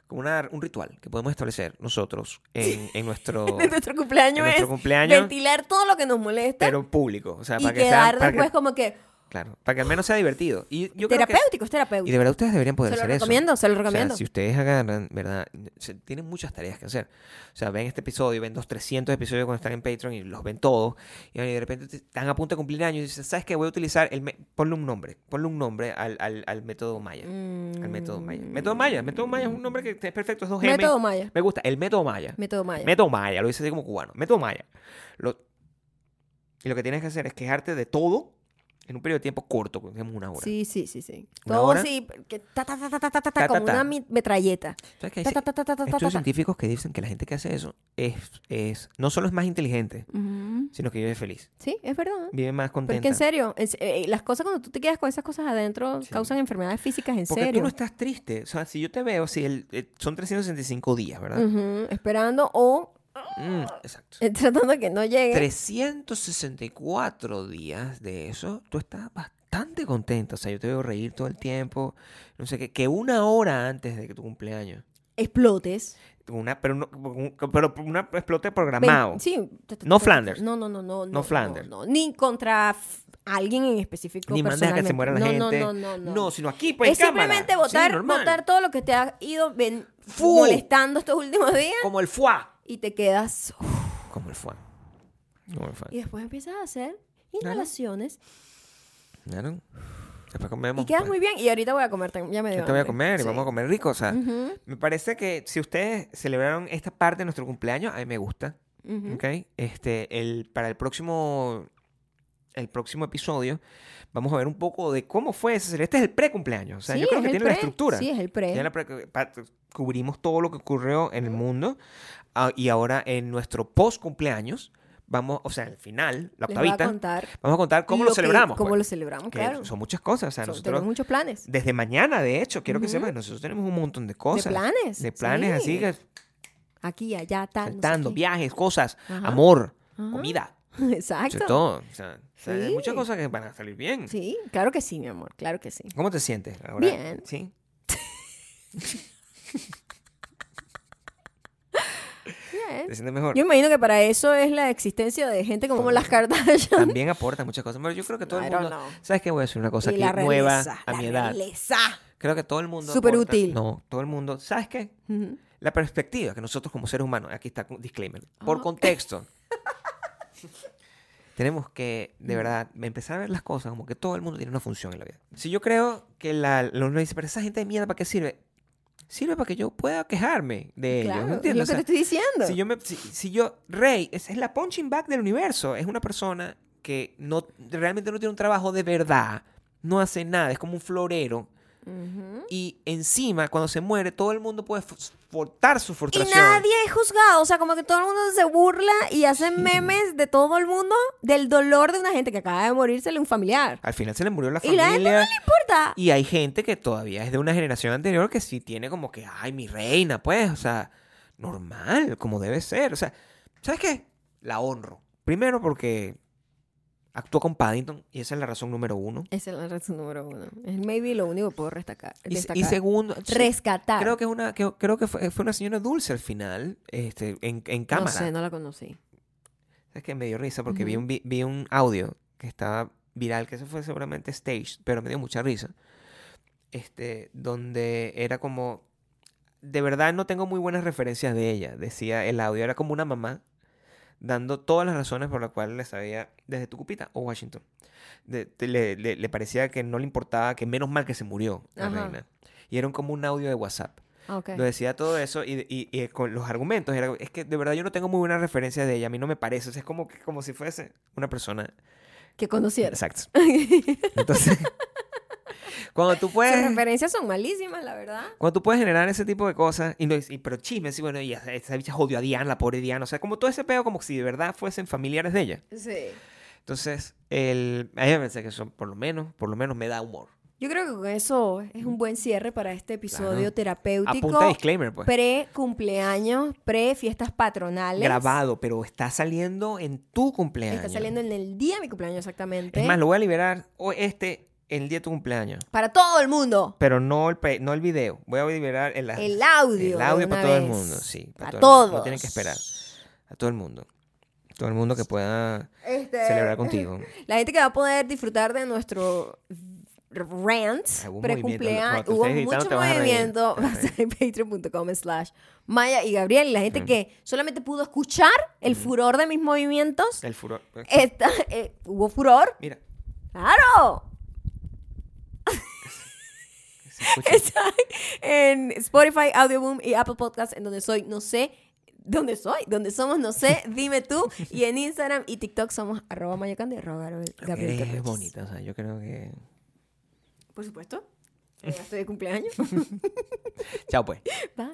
B: como una, un ritual que podemos establecer nosotros en, en nuestro.
A: *laughs* De *laughs* nuestro cumpleaños
B: en nuestro
A: es
B: cumpleaños.
A: ventilar todo lo que nos molesta
B: pero público. O sea,
A: y
B: para que sea.
A: quedar
B: para que-
A: después como que
B: claro, para que al menos sea divertido. Y yo creo que.
A: terapéutico, es
B: Y
A: terapéutico.
B: de verdad ustedes deberían poder
A: Se lo
B: hacer eso.
A: recomiendo, se lo
B: O sea,
A: recomiendo.
B: si ustedes agarran, ¿verdad? Se- tienen muchas tareas que hacer. O sea, ven este episodio, ven los 300 episodios cuando están en Patreon y los ven todos. Y de repente te- están a punto de cumplir años y dicen, ¿sabes qué? Voy a utilizar el... me- Ponle un nombre. Ponle un nombre al, al- al método Maya.
A: Mm.
B: Al método Maya. Método Maya. Método Maya es un nombre que es perfecto. Es dos M.
A: Método Maya.
B: Me gusta. El método Maya.
A: Método Maya.
B: Método Maya. Lo dice así como cubano. Método Maya. Lo... Y lo que tienes que hacer es quejarte de todo en un periodo de tiempo corto, digamos una hora.
A: Sí, sí, sí, sí.
B: ¿Una
A: Todo
B: hora?
A: así, que ta, ta, ta, ta, ta, ta, ta,
B: Ta, ta,
A: como
B: ta.
A: una mi- metralleta.
B: ¿Sabes qué?
A: Ta,
B: Dice-
A: ta, ta, ta, ta, ta, ta,
B: Estudios
A: ta.
B: científicos que dicen que la gente que hace eso es, es no solo es más inteligente,
A: Ujú.
B: sino que vive feliz,
A: Sí, es verdad.
B: vive más
A: Porque
B: contenta.
A: en serio, en se- eh, las cosas cuando tú te quedas con esas cosas adentro
B: Sí.
A: causan enfermedades físicas, en
B: Porque tú
A: serio.
B: no estás triste. O sea, si yo te veo, si el, eh, son 365 días, ¿verdad?
A: Ujú, Esperando o
B: Mm, exacto.
A: eh, *laughs* tratando de que no llegue.
B: 364 días de eso, tú estás bastante contenta. O sea, yo te veo reír todo el tiempo. No sé qué, que una hora antes de que tu cumpleaños.
A: Explotes.
B: Una, pero, no- pero una explote
A: Ven-
B: programado.
A: Sí. ta, ta, ta,
B: No
A: ta,
B: Flanders.
A: No, no, no, no. No,
B: Flanders.
A: no, no. Ni contra f- alguien en específico.
B: Ni mandas a que se
A: personalmente.
B: muera la
A: no,
B: gente.
A: No, no, no, no.
B: sino aquí, pues,
A: es
B: en cámara.
A: simplemente
B: Sí,
A: votar,
B: normal.
A: votar todo lo que te ha ido ven-
B: Fu.
A: molestando estos últimos días
B: Como el foie.
A: y te quedas. uf,
B: Como el foie. Como el
A: y
B: foie.
A: después empiezas a hacer inhalaciones
B: ¿Vieron? Después comemos.
A: y quedas
B: pues.
A: muy bien. Y ahorita voy a comer, tam- ya me dio
B: Yo te voy a
A: hambre.
B: comer y
A: Sí.
B: vamos a comer rico. O sea,
A: Ujú,
B: me parece que si ustedes celebraron esta parte de nuestro cumpleaños, a mí me gusta.
A: ujú.
B: ¿Ok? Este, el, para el próximo, el próximo episodio, vamos a ver un poco de cómo fue ese. Este es el pre-cumpleaños. O sea,
A: Sí,
B: yo creo
A: es
B: que
A: el
B: tiene la
A: pre.
B: estructura.
A: Sí, es el pre.
B: Tiene la pre- pa- cubrimos todo lo que ocurrió en el mundo. Ah, y ahora en nuestro post-cumpleaños, vamos, o sea, al final, la
A: Les voy a
B: octavita,
A: contar
B: vamos a contar cómo lo,
A: que-
B: celebramos.
A: Cómo
B: pues.
A: lo celebramos,
B: Que
A: claro.
B: Son muchas cosas. O sea,
A: Son-
B: nosotros
A: tenemos muchos planes.
B: desde mañana, de hecho, quiero que
A: Ujú.
B: sepan que nosotros tenemos un montón de cosas.
A: planes,
B: De planes
A: sí.
B: así, que
A: Aquí, allá, tal. no sé
B: saltando,
A: qué.
B: viajes, cosas,
A: Ajá. Ah.
B: amor,
A: Ajá.
B: comida,
A: *laughs* Exacto.
B: sobre todo. O sea, o sea, hay
A: Sí.
B: muchas cosas que van a salir bien.
A: Sí, claro que sí, mi amor, claro que sí.
B: ¿Cómo te sientes ahora?
A: Bien.
B: ¿Sí?
A: Bien.
B: ¿Te sientes *laughs* mejor?
A: Yo imagino que para eso es la existencia de gente como, las Kardashian.
B: También aporta muchas cosas, pero yo creo que *laughs* todo
A: I
B: el
A: don't
B: mundo...
A: know.
B: ¿Sabes qué? Voy a hacer una cosa
A: y
B: aquí
A: la
B: nueva
A: realeza.
B: a
A: la
B: mi edad.
A: realeza.
B: Creo que todo el mundo...
A: Súper
B: aporta-
A: útil.
B: No, todo el mundo... ¿Sabes qué?
A: Ujú.
B: La perspectiva que nosotros como seres humanos, aquí está un disclaimer, por
A: Ah. *laughs*
B: contexto, tenemos que
A: Mm.
B: de verdad empezar a ver las cosas como que todo el mundo tiene una función en la vida. Si yo creo que la, la uno dice, pero esa gente de mierda, ¿para qué sirve? Sirve para que yo pueda quejarme de ellos,
A: Claro,
B: ¿me
A: es lo que
B: entiendes? O
A: te
B: sea,
A: estoy diciendo.
B: si yo me, si, si yo, Rey, es, es la punching bag del universo, es una persona que no realmente no tiene un trabajo de verdad, no hace nada, es como un florero
A: Ujú.
B: y encima, cuando se muere, todo el mundo puede fo- fortar su
A: Y
B: frustración.
A: nadie es juzgado, o sea, como que todo el mundo se burla y hacen memes de todo el mundo del dolor de una gente que acaba de morírsele un familiar.
B: Al final se le murió la
A: Y la
B: familia.
A: gente no le importa.
B: Y hay gente que todavía es de una generación anterior que sí tiene como que, ay, mi reina, pues, o sea, normal, como debe ser. O sea, ¿sabes qué? La honro. Primero porque actuó con Paddington y esa es la razón número uno.
A: Esa es la razón número uno. Es maybe lo único que puedo restacar-
B: Y, se-
A: destacar.
B: y segundo, sí,
A: Rescatar.
B: creo que, es una, que- creo que fue, fue una señora dulce al final, este, en, en
A: No
B: cámara.
A: sé, no la conocí.
B: Es que me dio risa porque vi,
A: Ujú.
B: un, vi, vi un audio que estaba viral, que eso fue seguramente stage, pero me dio mucha risa. Este, donde era como. De verdad no tengo muy buenas referencias de ella, decía el audio. Era como una mamá dando todas las razones por las cuales le sabía desde Tucupita o Washington. De- te- le, le- le parecía que no le importaba, que menos mal que se murió la
A: Ajá.
B: reina. Y era como un audio de WhatsApp.
A: Ah, ok.
B: Lo decía todo eso y, y- y con los argumentos. Era, es que de verdad yo no tengo muy buena referencia de ella. A mí no me parece. O sea, es como, que- como si fuese una persona.
A: Que *laughs* conocieras.
B: Exacto.
A: *laughs*
B: Entonces, cuando tú
A: Sus
B: puedes.
A: referencias son malísimas, la verdad.
B: Cuando tú puedes generar ese tipo de cosas, y no es- y- pero chismes, y bueno, y esa esa bicha jodió a Diana, la pobre Diana, o sea, como todo ese pedo, como si de verdad fuesen familiares de ella.
A: Sí.
B: Entonces, el, a mí me parece que eso, por lo menos, por lo menos me da humor.
A: Yo creo que con eso es un buen cierre para este episodio
B: Claro.
A: terapéutico.
B: Apunta disclaimer, pues.
A: Pre-cumpleaños, pre-fiestas patronales.
B: Grabado, pero está saliendo en tu cumpleaños.
A: Está saliendo en el día de mi cumpleaños exactamente.
B: Es más, lo voy a liberar hoy este, el día de tu cumpleaños.
A: Para todo el mundo.
B: Pero no el, pe- no el video. Voy a liberar el,
A: El audio.
B: El
A: de
B: audio
A: una
B: para todo el
A: vez.
B: mundo, sí.
A: A
B: para todo el
A: todos.
B: mundo. No tienen que esperar. A todo el mundo. Todo el mundo que pueda
A: Este,
B: celebrar contigo.
A: La gente que va a poder disfrutar de nuestro rant
B: Ah, Hubo un
A: pre-cumpleaños.
B: movimiento, lo-
A: Hubo
B: cuando estés editando
A: mucho
B: te vas a reír.
A: movimiento. Va a ser en patreon.com slash Maya y Gabriel. Y la gente que solamente pudo escuchar el furor de mis movimientos.
B: El furor. eh,
A: esta- eh, hubo furor.
B: Mira.
A: ¡Claro!
B: se escucha.
A: Está en Spotify, Audioboom y Apple Podcast, en donde soy, no sé. ¿Dónde soy? ¿Dónde somos? No sé. Dime tú. Y en Instagram y TikTok somos arroba mayocando y arroba Gabriel-
B: Lo que
A: Gabriel.
B: eres es
A: Torreyes.
B: bonita, o sea, yo creo que...
A: Por supuesto. Eh, Ya estoy de cumpleaños.
B: Chao pues.
A: Bye.